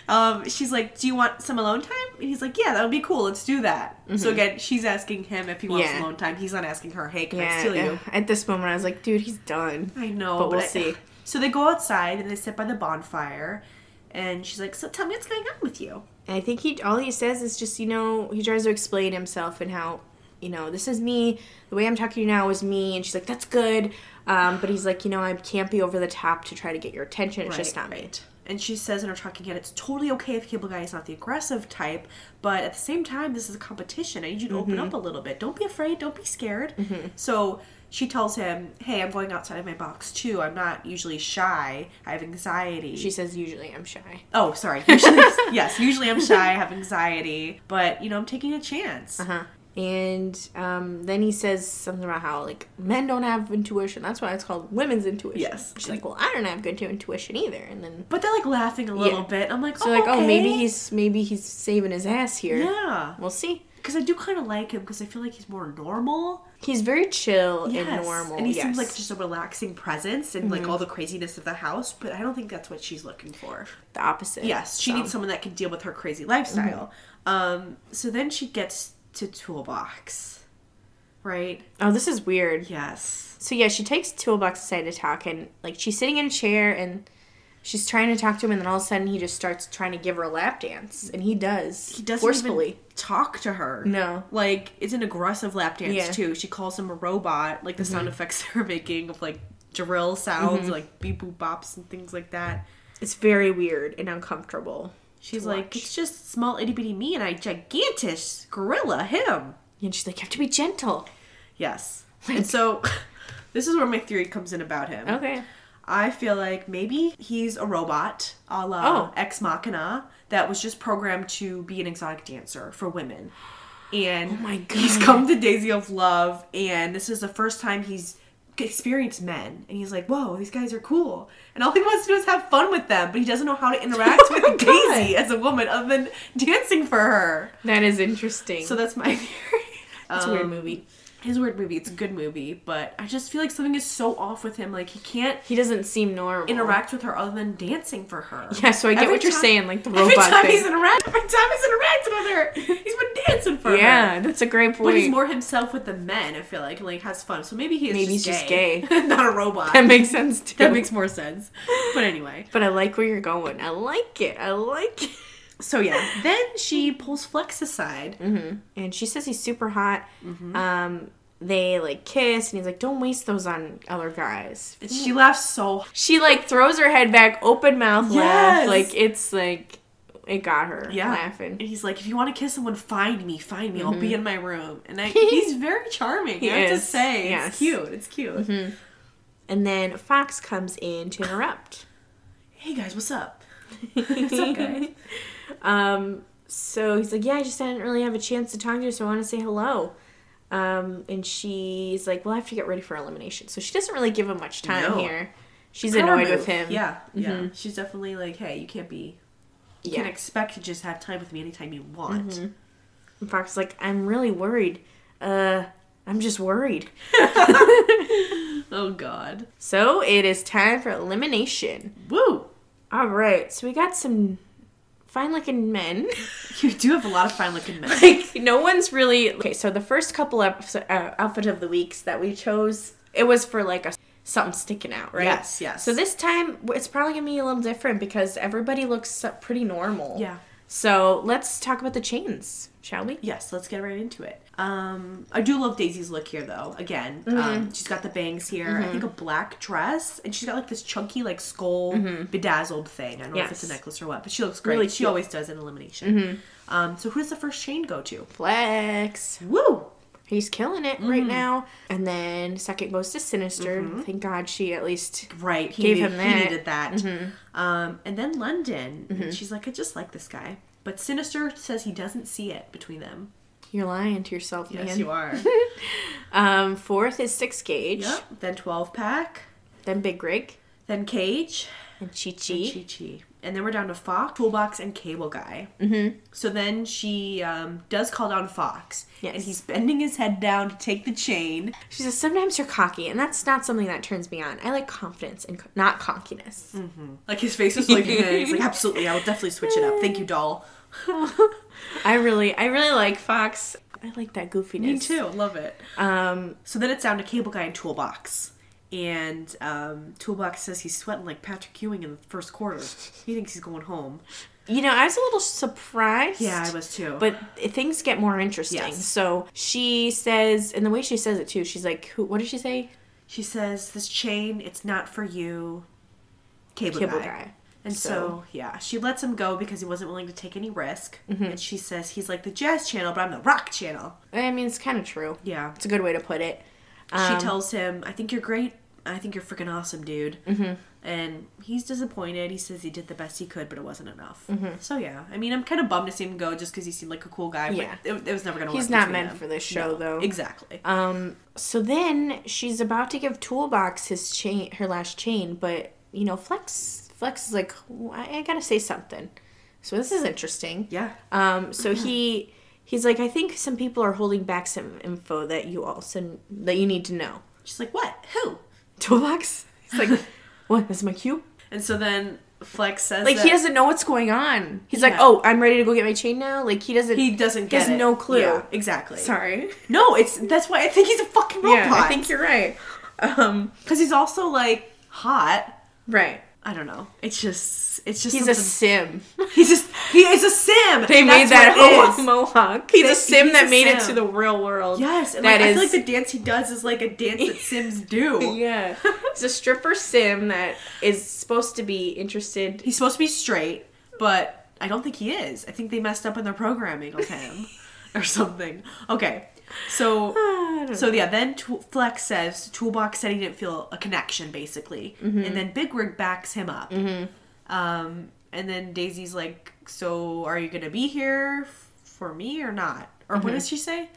Speaker 2: um, she's like, "Do you want some alone time?" And he's like, "Yeah, that would be cool. Let's do that." So again, she's asking him if he wants
Speaker 1: Mm-hmm. Yeah.
Speaker 2: alone time. He's not asking her, "Hey, can I
Speaker 1: yeah,
Speaker 2: steal you?"
Speaker 1: yeah. At this moment, I was like, dude, he's done.
Speaker 2: I know,
Speaker 1: But we'll
Speaker 2: I-
Speaker 1: see.
Speaker 2: So they go outside and they sit by the bonfire, and she's like, "So tell me what's going on with you."
Speaker 1: And I think he all he says is just you know he tries to explain himself and how you know this is me the way I'm talking to you now is me and she's like that's good um, but he's like you know I can't be over the top to try to get your attention it's just
Speaker 2: Right,
Speaker 1: not me
Speaker 2: And she says in her talking head, it's totally okay if Cable Guy is not the aggressive type, but at the same time, this is a competition. I need you to
Speaker 1: Mm-hmm.
Speaker 2: open up a little bit. Don't be afraid. Don't be scared. So she tells him, hey, I'm going outside of my box too. I'm not usually shy. I have anxiety.
Speaker 1: she says usually I'm shy
Speaker 2: oh, sorry. Usually, yes, usually I'm shy. I have anxiety, but you know, I'm taking a chance.
Speaker 1: uh-huh and um, then he says something about how like men don't have intuition that's why it's called women's intuition
Speaker 2: Yes.
Speaker 1: she's like well I don't have good intuition either and then
Speaker 2: But they're like laughing a little
Speaker 1: Yeah.
Speaker 2: bit. I'm like,
Speaker 1: so
Speaker 2: oh,
Speaker 1: like oh maybe
Speaker 2: okay."
Speaker 1: he's maybe he's saving his ass here
Speaker 2: Yeah.
Speaker 1: we'll see
Speaker 2: Because I do kind of like him because I feel like he's more normal.
Speaker 1: he's very chill and
Speaker 2: Yes, Mm-hmm.
Speaker 1: normal
Speaker 2: And he
Speaker 1: yes.
Speaker 2: seems like just a relaxing presence and like all the craziness of the house, but I don't think that's what she's looking for.
Speaker 1: the opposite
Speaker 2: Yes, she
Speaker 1: so.
Speaker 2: needs someone that can deal with her crazy lifestyle. Um, so then she gets to toolbox, right?
Speaker 1: Oh, this is weird.
Speaker 2: Yes.
Speaker 1: So yeah, she takes Toolbox aside to talk, and like she's sitting in a chair and she's trying to talk to him, and then all of a sudden he just starts trying to give her a lap dance, and he does.
Speaker 2: He doesn't even
Speaker 1: forcefully.
Speaker 2: talk to her.
Speaker 1: No.
Speaker 2: Like it's an aggressive lap dance
Speaker 1: Yeah.
Speaker 2: too. She calls him a robot, like the sound effects they're making of like drill sounds, like beep boop bops and things like that.
Speaker 1: It's very weird and uncomfortable.
Speaker 2: She's
Speaker 1: to
Speaker 2: like,
Speaker 1: watch.
Speaker 2: it's just small itty bitty me and I gigantish gorilla him.
Speaker 1: and she's like, "You have to be gentle."
Speaker 2: Yes. And so this is where my theory comes in about him.
Speaker 1: Okay.
Speaker 2: I feel like maybe he's a robot a la
Speaker 1: Oh.
Speaker 2: Ex Machina that was just programmed to be an exotic dancer for women. And
Speaker 1: Oh my
Speaker 2: he's
Speaker 1: God.
Speaker 2: come to Daisy of Love, and this is the first time he's experienced men and he's like whoa these guys are cool and all he wants to do is have fun with them but he doesn't know how to interact
Speaker 1: Oh
Speaker 2: with daisy as a woman other than dancing for her
Speaker 1: That is interesting.
Speaker 2: so um, that's my theory
Speaker 1: It's a weird movie.
Speaker 2: his weird movie it's a good movie but i just feel like something is so off with him like he can't
Speaker 1: He doesn't seem normal.
Speaker 2: interact with her other than dancing for her
Speaker 1: Yeah, so I get
Speaker 2: Every
Speaker 1: what you're
Speaker 2: time-
Speaker 1: saying, like the
Speaker 2: every
Speaker 1: robot
Speaker 2: time
Speaker 1: thing.
Speaker 2: he's interact every time he's interacted with her he's been dancing for her
Speaker 1: yeah, that's a great point.
Speaker 2: But he's more himself with the men, I feel like, and like has fun. So maybe he is
Speaker 1: Maybe he's
Speaker 2: just
Speaker 1: just
Speaker 2: gay. Not a robot.
Speaker 1: that makes sense too.
Speaker 2: that makes more sense. But anyway.
Speaker 1: but I like where you're going. I like it. I like it.
Speaker 2: So yeah. Then she pulls Flex aside.
Speaker 1: And she says he's super hot.
Speaker 2: Mm-hmm.
Speaker 1: Um, they like kiss, and he's like, "Don't waste those on other guys."
Speaker 2: And she laughs so
Speaker 1: She like throws her head back, open mouth
Speaker 2: Yes.
Speaker 1: laugh. Like it's like it got her
Speaker 2: yeah. And
Speaker 1: laughing.
Speaker 2: he's like, if you want to kiss someone, find me, find me. I'll be in my room. And I, he's very charming.
Speaker 1: Mm-hmm. He
Speaker 2: I have
Speaker 1: is.
Speaker 2: to say,
Speaker 1: Yes.
Speaker 2: it's cute. It's cute.
Speaker 1: And then Fox comes in to interrupt.
Speaker 2: Hey guys, what's up? what's up, guys?
Speaker 1: Um, so he's like, yeah, I just didn't really have a chance to talk to you, so I want to say hello. Um, and she's like, well, I have to get ready for elimination. So she doesn't really give him much time
Speaker 2: No.
Speaker 1: here. She's
Speaker 2: Power
Speaker 1: annoyed with
Speaker 2: move.
Speaker 1: him. Mm-hmm.
Speaker 2: Yeah, yeah. She's definitely like, hey, you can't be, you
Speaker 1: Yeah. Mm-hmm.
Speaker 2: can't expect to just have time with me anytime you want.
Speaker 1: And Fox is like, I'm really worried. Uh, I'm just worried.
Speaker 2: Oh God.
Speaker 1: So it is time for elimination.
Speaker 2: Woo!
Speaker 1: All right. So we got some fine looking men.
Speaker 2: You do have a lot of fine looking men.
Speaker 1: like no one's really okay so the first couple of uh, outfit of the weeks that we chose it was for like a something sticking out right
Speaker 2: Yes, yes.
Speaker 1: so this time it's probably gonna be a little different because everybody looks uh, pretty normal
Speaker 2: Yeah.
Speaker 1: so let's talk about the chains shall we
Speaker 2: Yes, let's get right into it. Um, I do love Daisy's look here though. Again,
Speaker 1: Mm-hmm.
Speaker 2: um, she's got the bangs here. I think a black dress, and she's got like this chunky like skull bedazzled thing. I don't know if it's a
Speaker 1: Mm-hmm. Yes.
Speaker 2: necklace or what, but she looks great.
Speaker 1: Really
Speaker 2: she
Speaker 1: cute. Mm-hmm.
Speaker 2: always does in elimination. Um, so who does the first chain go to?
Speaker 1: flex
Speaker 2: Woo!
Speaker 1: he's killing it
Speaker 2: Mm-hmm.
Speaker 1: right now and then second goes to sinister thank god she at least
Speaker 2: Right, he,
Speaker 1: Gave
Speaker 2: knew-
Speaker 1: him Mm-hmm.
Speaker 2: he
Speaker 1: that.
Speaker 2: needed that. Um, and then London,
Speaker 1: Mm-hmm.
Speaker 2: and she's like, I just like this guy, but Sinister says he doesn't see it between them.
Speaker 1: you're lying to yourself man
Speaker 2: are.
Speaker 1: um fourth is six gauge
Speaker 2: yep. Then twelve pack.
Speaker 1: then big rig
Speaker 2: Then Cage,
Speaker 1: and chi chi
Speaker 2: Chi Chi, and then we're down to Fox, Toolbox, and Cable Guy.
Speaker 1: Mhm.
Speaker 2: So then she um, does call down Fox,
Speaker 1: Yes.
Speaker 2: and he's bending his head down to take the chain.
Speaker 1: She says, sometimes you're cocky, and that's not something that turns me on. I like confidence and co- not cockiness.
Speaker 2: Like his face is like, eh, he's like, absolutely, I will definitely switch it up. Thank you, doll. Mm.
Speaker 1: I really, I really like Fox. I like that goofiness.
Speaker 2: love it.
Speaker 1: Um,
Speaker 2: So then it's down to Cable Guy and Toolbox. And um, Toolbox says he's sweating like Patrick Ewing in the first quarter. He thinks he's going home.
Speaker 1: you know, I was a little surprised.
Speaker 2: Yeah, I was too.
Speaker 1: But things get more interesting.
Speaker 2: Yes.
Speaker 1: So she says, and the way she says it too, she's like, "Who? What did she say?
Speaker 2: she says, This chain, it's not for you. Cable,
Speaker 1: Cable
Speaker 2: guy.
Speaker 1: guy.
Speaker 2: And so, Mm-hmm.
Speaker 1: So-
Speaker 2: yeah, she lets him go because he wasn't willing to take any risk. And she says, He's like the jazz channel, but I'm the rock channel.
Speaker 1: I mean, it's kind of true.
Speaker 2: Yeah.
Speaker 1: It's a good way to put it. Um,
Speaker 2: she tells him, I think you're great. I think you're freaking awesome, dude. Mm-hmm. And he's disappointed. He says he did the best he could, but it wasn't enough.
Speaker 1: Mm-hmm.
Speaker 2: So, yeah. I mean, I'm kind of bummed to see him go just because he seemed like a cool guy.
Speaker 1: Yeah.
Speaker 2: But it, it was never going to work.
Speaker 1: He's not
Speaker 2: between
Speaker 1: meant
Speaker 2: them.
Speaker 1: for this show, though.
Speaker 2: Exactly.
Speaker 1: Um, so then she's about to give Toolbox his chain, her last chain, but you know, Flex, Flex is like, "Well, I, I gotta say something. So this is interesting.
Speaker 2: yeah.
Speaker 1: Um, so he he's like, I think some people are holding back some info that you also that you need to know.
Speaker 2: She's like, What? Who?
Speaker 1: Toolbox, he's like, what? That's my cue.
Speaker 2: And so then Flex says,
Speaker 1: Like
Speaker 2: that
Speaker 1: he doesn't know what's going on. He's like,
Speaker 2: Yeah.
Speaker 1: oh, I'm ready to go get my chain now. Like he doesn't.
Speaker 2: He doesn't
Speaker 1: He
Speaker 2: get
Speaker 1: has
Speaker 2: it.
Speaker 1: no clue.
Speaker 2: Yeah, exactly.
Speaker 1: Sorry.
Speaker 2: No, it's that's why I think he's a fucking robot.
Speaker 1: Yeah, I think you're right. Um,
Speaker 2: because he's also like hot.
Speaker 1: right.
Speaker 2: I don't know. It's just it's just
Speaker 1: He's a
Speaker 2: something-
Speaker 1: sim.
Speaker 2: he's just he is a sim.
Speaker 1: They made
Speaker 2: That's
Speaker 1: that
Speaker 2: what it
Speaker 1: whole
Speaker 2: is.
Speaker 1: mohawk. He's
Speaker 2: They-
Speaker 1: a sim
Speaker 2: he's
Speaker 1: that
Speaker 2: a
Speaker 1: made it
Speaker 2: sim.
Speaker 1: to the real world.
Speaker 2: Yes, and
Speaker 1: that
Speaker 2: like,
Speaker 1: is.
Speaker 2: I feel like the dance he does is like a dance that Sims do.
Speaker 1: yeah, it's a stripper sim that is supposed to be interested.
Speaker 2: He's supposed to be straight, but I don't think he is. I think they messed up in their programming with him or something. Okay, so
Speaker 1: I don't
Speaker 2: so yeah, then Tool Flex says Toolbox said he didn't feel a connection basically,
Speaker 1: Mm-hmm.
Speaker 2: and then Big Rig backs him up. Um, and then Daisy's
Speaker 1: Mm-hmm.
Speaker 2: like, "So are you gonna be here f- for me or not?" Or what does she say?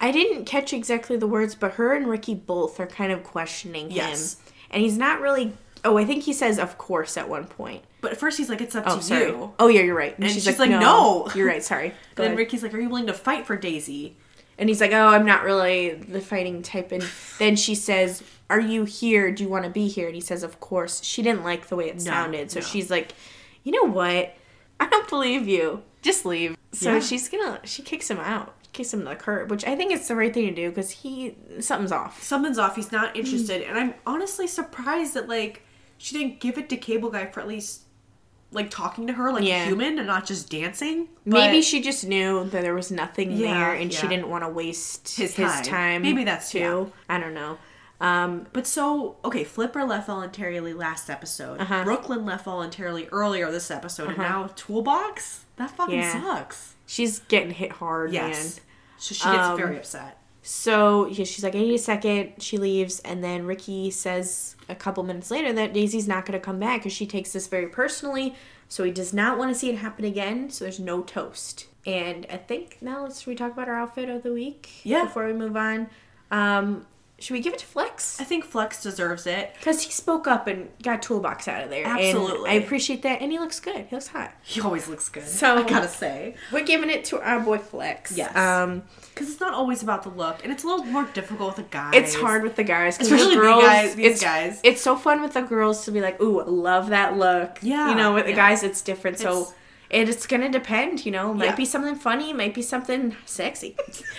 Speaker 1: I didn't catch exactly the words, but her and Ricky both are kind of questioning
Speaker 2: Yes.
Speaker 1: him. And he's not really. Oh, I think he says, of course, at one point.
Speaker 2: But at first he's like, it's up
Speaker 1: Oh,
Speaker 2: to
Speaker 1: sorry.
Speaker 2: you.
Speaker 1: Oh, yeah, you're right.
Speaker 2: And she's like, "No."
Speaker 1: You're right, sorry. Go
Speaker 2: then
Speaker 1: ahead.
Speaker 2: Ricky's like, are you willing to fight for Daisy?
Speaker 1: and he's like, oh, I'm not really the fighting type. And then she says, are you here? Do you want to be here? And he says, of course. She didn't like the way it sounded. So
Speaker 2: no.
Speaker 1: she's like, you know what? I don't believe you. Just leave. So
Speaker 2: Yeah.
Speaker 1: she's gonna, she kicks him out, kicks him to the curb, which I think it's the right thing to do because he, something's off.
Speaker 2: Something's off. He's not interested. And I'm honestly surprised that like she didn't give it to Cable Guy for at least like talking to her like
Speaker 1: Yeah.
Speaker 2: a human and not just dancing.
Speaker 1: Maybe
Speaker 2: But
Speaker 1: she just knew that there was nothing
Speaker 2: Yeah,
Speaker 1: there, and she
Speaker 2: yeah.
Speaker 1: didn't want to waste his,
Speaker 2: His
Speaker 1: time.
Speaker 2: time. Maybe that's-
Speaker 1: too.
Speaker 2: yeah.
Speaker 1: I don't know. Um,
Speaker 2: But so, okay, Flipper left voluntarily last episode.
Speaker 1: Uh-huh.
Speaker 2: Brooklyn left voluntarily earlier this episode. And now Toolbox? That fucking
Speaker 1: Yeah.
Speaker 2: sucks.
Speaker 1: she's getting hit hard,
Speaker 2: Yes.
Speaker 1: man.
Speaker 2: So she gets
Speaker 1: Um,
Speaker 2: very upset.
Speaker 1: So yeah, she's like, I need a second. She leaves, and then Ricky says a couple minutes later that Daisy's not going to come back because she takes this very personally. So he does not want to see it happen again. So there's no toast. And I think now let's should we talk about our outfit of the week.
Speaker 2: Yeah.
Speaker 1: Before we move on, um, should we give it to Flex?
Speaker 2: I think Flex deserves it.
Speaker 1: Because he spoke up and got Toolbox out of there. and
Speaker 2: Absolutely.
Speaker 1: I appreciate that. And he looks good. He looks hot.
Speaker 2: He always looks good.
Speaker 1: So-
Speaker 2: I gotta say.
Speaker 1: We're giving it to our boy Flex.
Speaker 2: Yes.
Speaker 1: Um,
Speaker 2: Because it's not always about the look, and it's a little more difficult with the guys.
Speaker 1: it's hard with the guys. 'cause
Speaker 2: Especially
Speaker 1: the
Speaker 2: the
Speaker 1: girls,
Speaker 2: guys- these
Speaker 1: it's,
Speaker 2: guys.
Speaker 1: It's so fun with the girls to be like, ooh, love that look.
Speaker 2: Yeah,
Speaker 1: You know, with the
Speaker 2: yeah.
Speaker 1: guys, it's different. so.
Speaker 2: It's-
Speaker 1: It, it's gonna depend, you know. Might
Speaker 2: Yeah.
Speaker 1: be something funny, might be something sexy.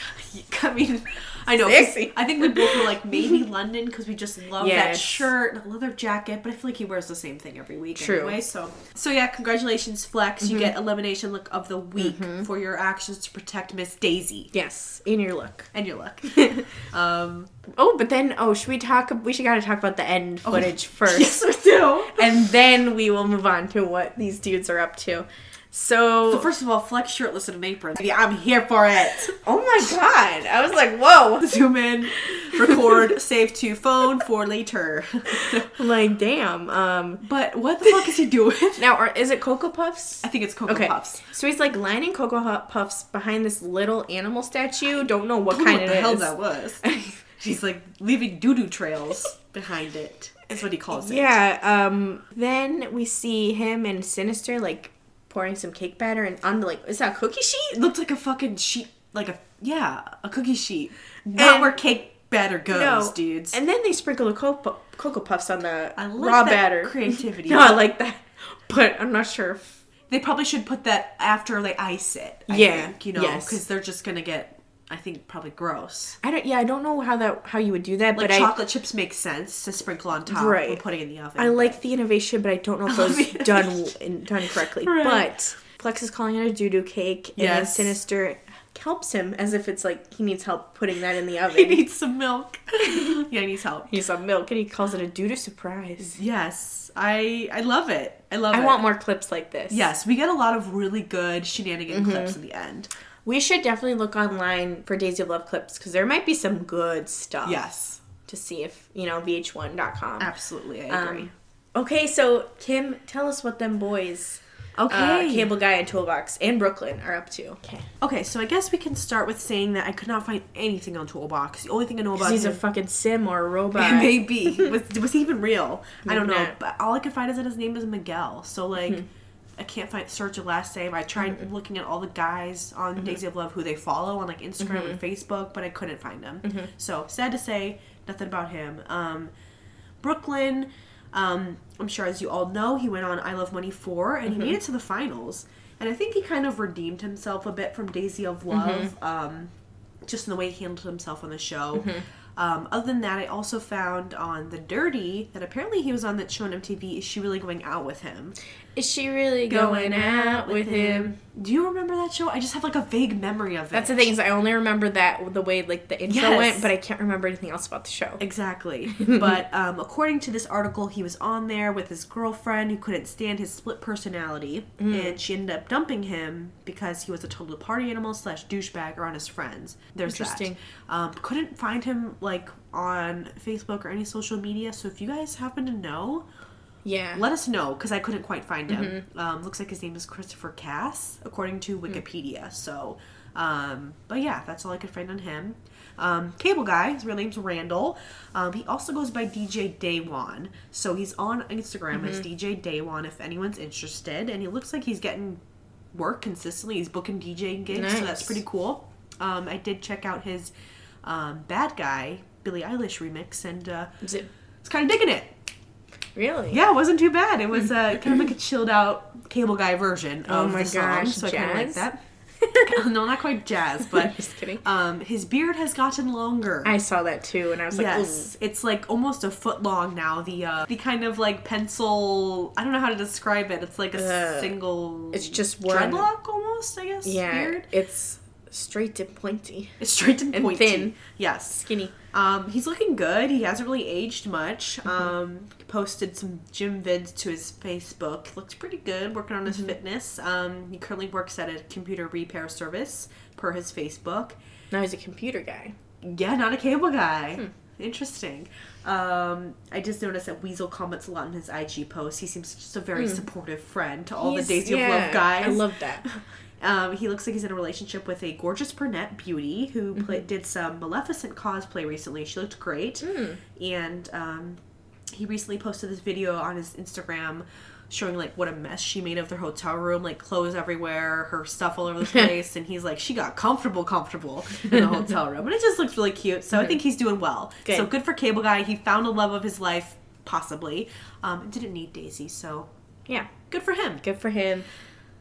Speaker 2: I mean, I know. 'cause
Speaker 1: Sexy.
Speaker 2: I think we both were like maybe London because we just love
Speaker 1: Yes.
Speaker 2: that shirt, and the leather jacket. But I feel like he wears the same thing every week
Speaker 1: True. Mm-hmm.
Speaker 2: anyway. So, so yeah, congratulations, Flex. You get elimination look of the week for your actions to protect Miss Daisy
Speaker 1: yes, in your look.
Speaker 2: and your look. um,
Speaker 1: Oh, but then oh, should we talk? We should gotta talk about the end footage first.
Speaker 2: yes, we do.
Speaker 1: and then we will move on to what these dudes are up to. So,
Speaker 2: So first of all, Flex shirtless and an apron. Yeah, I'm here for it.
Speaker 1: oh my god, I was like, whoa,
Speaker 2: Zoom in, record, save to phone for later.
Speaker 1: like damn. Um,
Speaker 2: but what the fuck is he doing?
Speaker 1: now are, is it Cocoa Puffs?
Speaker 2: I think it's Cocoa
Speaker 1: Okay,
Speaker 2: Puffs.
Speaker 1: so he's like lining Cocoa Hu- Puffs behind this little animal statue. Don't know what
Speaker 2: I don't know
Speaker 1: kind it
Speaker 2: what the
Speaker 1: is.
Speaker 2: hell that was. She's like leaving doo doo trails behind it. That's what he calls it.
Speaker 1: Yeah. Um. Then we see him and Sinister like pouring some cake batter and on the like is that a cookie
Speaker 2: It
Speaker 1: sheet?
Speaker 2: looked like a fucking sheet, like a yeah, a cookie sheet. Not
Speaker 1: And-
Speaker 2: where cake batter goes, dudes.
Speaker 1: And then they sprinkle the cocoa, cocoa puffs on the
Speaker 2: I like
Speaker 1: raw
Speaker 2: that
Speaker 1: batter.
Speaker 2: creativity.
Speaker 1: no, I like that, but I'm not sure if
Speaker 2: they probably should put that after they ice it. I
Speaker 1: Yeah,
Speaker 2: think, you know,
Speaker 1: yes.
Speaker 2: because they're just gonna get, I think, probably gross.
Speaker 1: I don't. Yeah, I don't know how that how you would do that,
Speaker 2: Like
Speaker 1: but
Speaker 2: chocolate chips make sense to sprinkle on top.
Speaker 1: Right.
Speaker 2: We're putting in the oven.
Speaker 1: I I like the innovation, but I don't know if it
Speaker 2: love
Speaker 1: was
Speaker 2: the
Speaker 1: done in, done correctly.
Speaker 2: Right.
Speaker 1: But Flex is calling it a doo doo cake, and then
Speaker 2: Yes.
Speaker 1: Sinister helps him as if it's like he needs help putting that in the oven.
Speaker 2: He needs some milk. yeah, he needs help.
Speaker 1: He needs some milk, and he calls it a doo doo surprise.
Speaker 2: Yes, I I love it. I love
Speaker 1: I
Speaker 2: it.
Speaker 1: want more clips like this.
Speaker 2: Yes, we get a lot of really good shenanigan
Speaker 1: Mm-hmm.
Speaker 2: clips in the end.
Speaker 1: we should definitely look online for Daisy of Love clips because there might be some good stuff.
Speaker 2: Yes,
Speaker 1: to see if you know VH1.com.
Speaker 2: absolutely, I
Speaker 1: Um,
Speaker 2: agree.
Speaker 1: okay, so Kim, tell us what them boys, uh,
Speaker 2: okay,
Speaker 1: Cable Guy and Toolbox and Brooklyn are up to. Okay,
Speaker 2: okay. So I guess we can start with saying that I could not find anything on Toolbox. The only thing I know about
Speaker 1: he's a
Speaker 2: him,
Speaker 1: fucking sim or a robot.
Speaker 2: maybe was was he even real? I don't know.
Speaker 1: Maybe not.
Speaker 2: But all I could find is that his name is Miguel. So like. I can't find search a last name. I tried looking at all the guys on Daisy of Love who they follow on like Instagram and Facebook, but I couldn't find them. So sad to say, nothing about him. Um, Brooklyn. Um, I'm sure, as you all know, he went on I Love Money 4 and he made it to the finals. And I think he kind of redeemed himself a bit from Daisy of Love, um, just in the way he handled himself on the show.
Speaker 1: Mm-hmm.
Speaker 2: Um, other than that, I also found on The Dirty that apparently he was on that show on MTV. Is she really going out with him?
Speaker 1: Is she really going, out with him?
Speaker 2: Do you remember that show? I just have like a vague memory of it.
Speaker 1: That's the thing is I only remember that the way like the intro
Speaker 2: Yes.
Speaker 1: went, but I can't remember anything else about the show.
Speaker 2: Exactly. but um, according to this article, he was on there with his girlfriend who couldn't stand his split personality,
Speaker 1: Mm-hmm.
Speaker 2: and she ended up dumping him because he was a total party animal slash douchebag around his friends. There's
Speaker 1: Interesting.
Speaker 2: that. Um, couldn't find him like on Facebook or any social media. So if you guys happen to know,
Speaker 1: Yeah.
Speaker 2: let us know because I couldn't quite find him. Um, looks like his name is Christopher Cass, according to Wikipedia. So Um, but yeah, that's all I could find on him. Um, cable guy, his real name's Randall. Um, he also goes by DJ Daywan. So he's on Instagram as DJ Daywan if anyone's interested. And he looks like he's getting work consistently. He's booking DJ gigs, so that's
Speaker 1: Nice.
Speaker 2: pretty cool. Um, I did check out his um, Bad Guy, Billie Eilish remix, and uh,
Speaker 1: Is it
Speaker 2: it's kind of digging it.
Speaker 1: really?
Speaker 2: Yeah, it wasn't too bad. It was uh, kind of like a chilled out cable guy version
Speaker 1: Oh
Speaker 2: of
Speaker 1: my
Speaker 2: the song,
Speaker 1: gosh,
Speaker 2: so I kind of like
Speaker 1: jazz?
Speaker 2: that. no, not quite jazz, but
Speaker 1: Just kidding.
Speaker 2: Um, his beard has gotten longer.
Speaker 1: I saw that too, and I was like, oh,
Speaker 2: yes, it's like almost a foot long now. The uh, the kind of like pencil. I don't know how to describe it. It's like a
Speaker 1: Ugh.
Speaker 2: single.
Speaker 1: It's just one-
Speaker 2: dreadlock almost. I guess.
Speaker 1: "Ooh." yeah,
Speaker 2: Beard.
Speaker 1: it's straight and pointy,
Speaker 2: It's straight and
Speaker 1: And
Speaker 2: pointy.
Speaker 1: thin.
Speaker 2: Yes.
Speaker 1: skinny.
Speaker 2: Um, he's looking good. He hasn't really aged much. Um, he posted some gym vids to his Facebook. Looks pretty good, working on his
Speaker 1: Mm-hmm.
Speaker 2: fitness. Um, he currently works at a computer repair service, per his Facebook.
Speaker 1: Now he's a computer guy.
Speaker 2: Yeah, not a cable guy.
Speaker 1: Hmm.
Speaker 2: Interesting. Um, I just noticed that Weasel comments a lot in his IG posts. He seems just a very supportive friend to all
Speaker 1: Hmm. He's-
Speaker 2: the Daisy of
Speaker 1: yeah,
Speaker 2: Love guys.
Speaker 1: I love that.
Speaker 2: Um, he looks like he's in a relationship with a gorgeous brunette beauty who pla- did some Maleficent cosplay recently. She looked great. And um, he recently posted this video on his Instagram showing like what a mess she made of their hotel room, like clothes everywhere, her stuff all over the place. and he's like, she got comfortable, comfortable in the hotel room. And it just looks really cute. So I think he's doing well.
Speaker 1: Good.
Speaker 2: So good for Cable Guy. He found a love of his life, possibly. Um, and didn't need Daisy. So
Speaker 1: Yeah,
Speaker 2: good for him.
Speaker 1: good for him.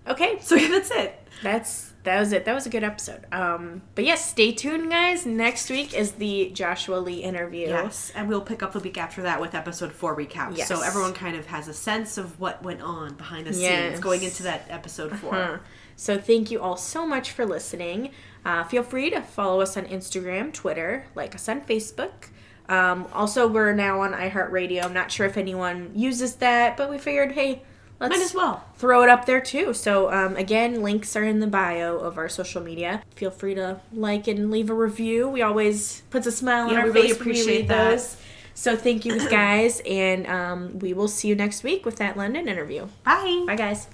Speaker 1: Okay,
Speaker 2: So yeah, that's it.
Speaker 1: that's that was it. That was a good episode. Um, but yes, stay tuned, guys. Next week is the Joshua Lee interview.
Speaker 2: Yes, and we'll pick up the week after that with episode four recap.
Speaker 1: Yes.
Speaker 2: So everyone kind of has a sense of what went on behind the
Speaker 1: Yes. Uh-huh.
Speaker 2: scenes going into that episode 4
Speaker 1: Huh. So thank you all so much for listening. Uh, feel free to follow us on Instagram, Twitter, like us on Facebook. Um, also, we're now on iHeartRadio. I'm not sure if anyone uses that, but we figured, hey, let's
Speaker 2: Might as well.
Speaker 1: throw it up there too. So um, again, links are in the bio of our social media. Feel free to like and leave a review. We always puts a smile on
Speaker 2: Yeah,
Speaker 1: our
Speaker 2: we really
Speaker 1: face when we
Speaker 2: appreciate
Speaker 1: read
Speaker 2: that.
Speaker 1: those. So thank you guys, and um, we will see you next week with that London interview.
Speaker 2: Bye.
Speaker 1: Bye guys.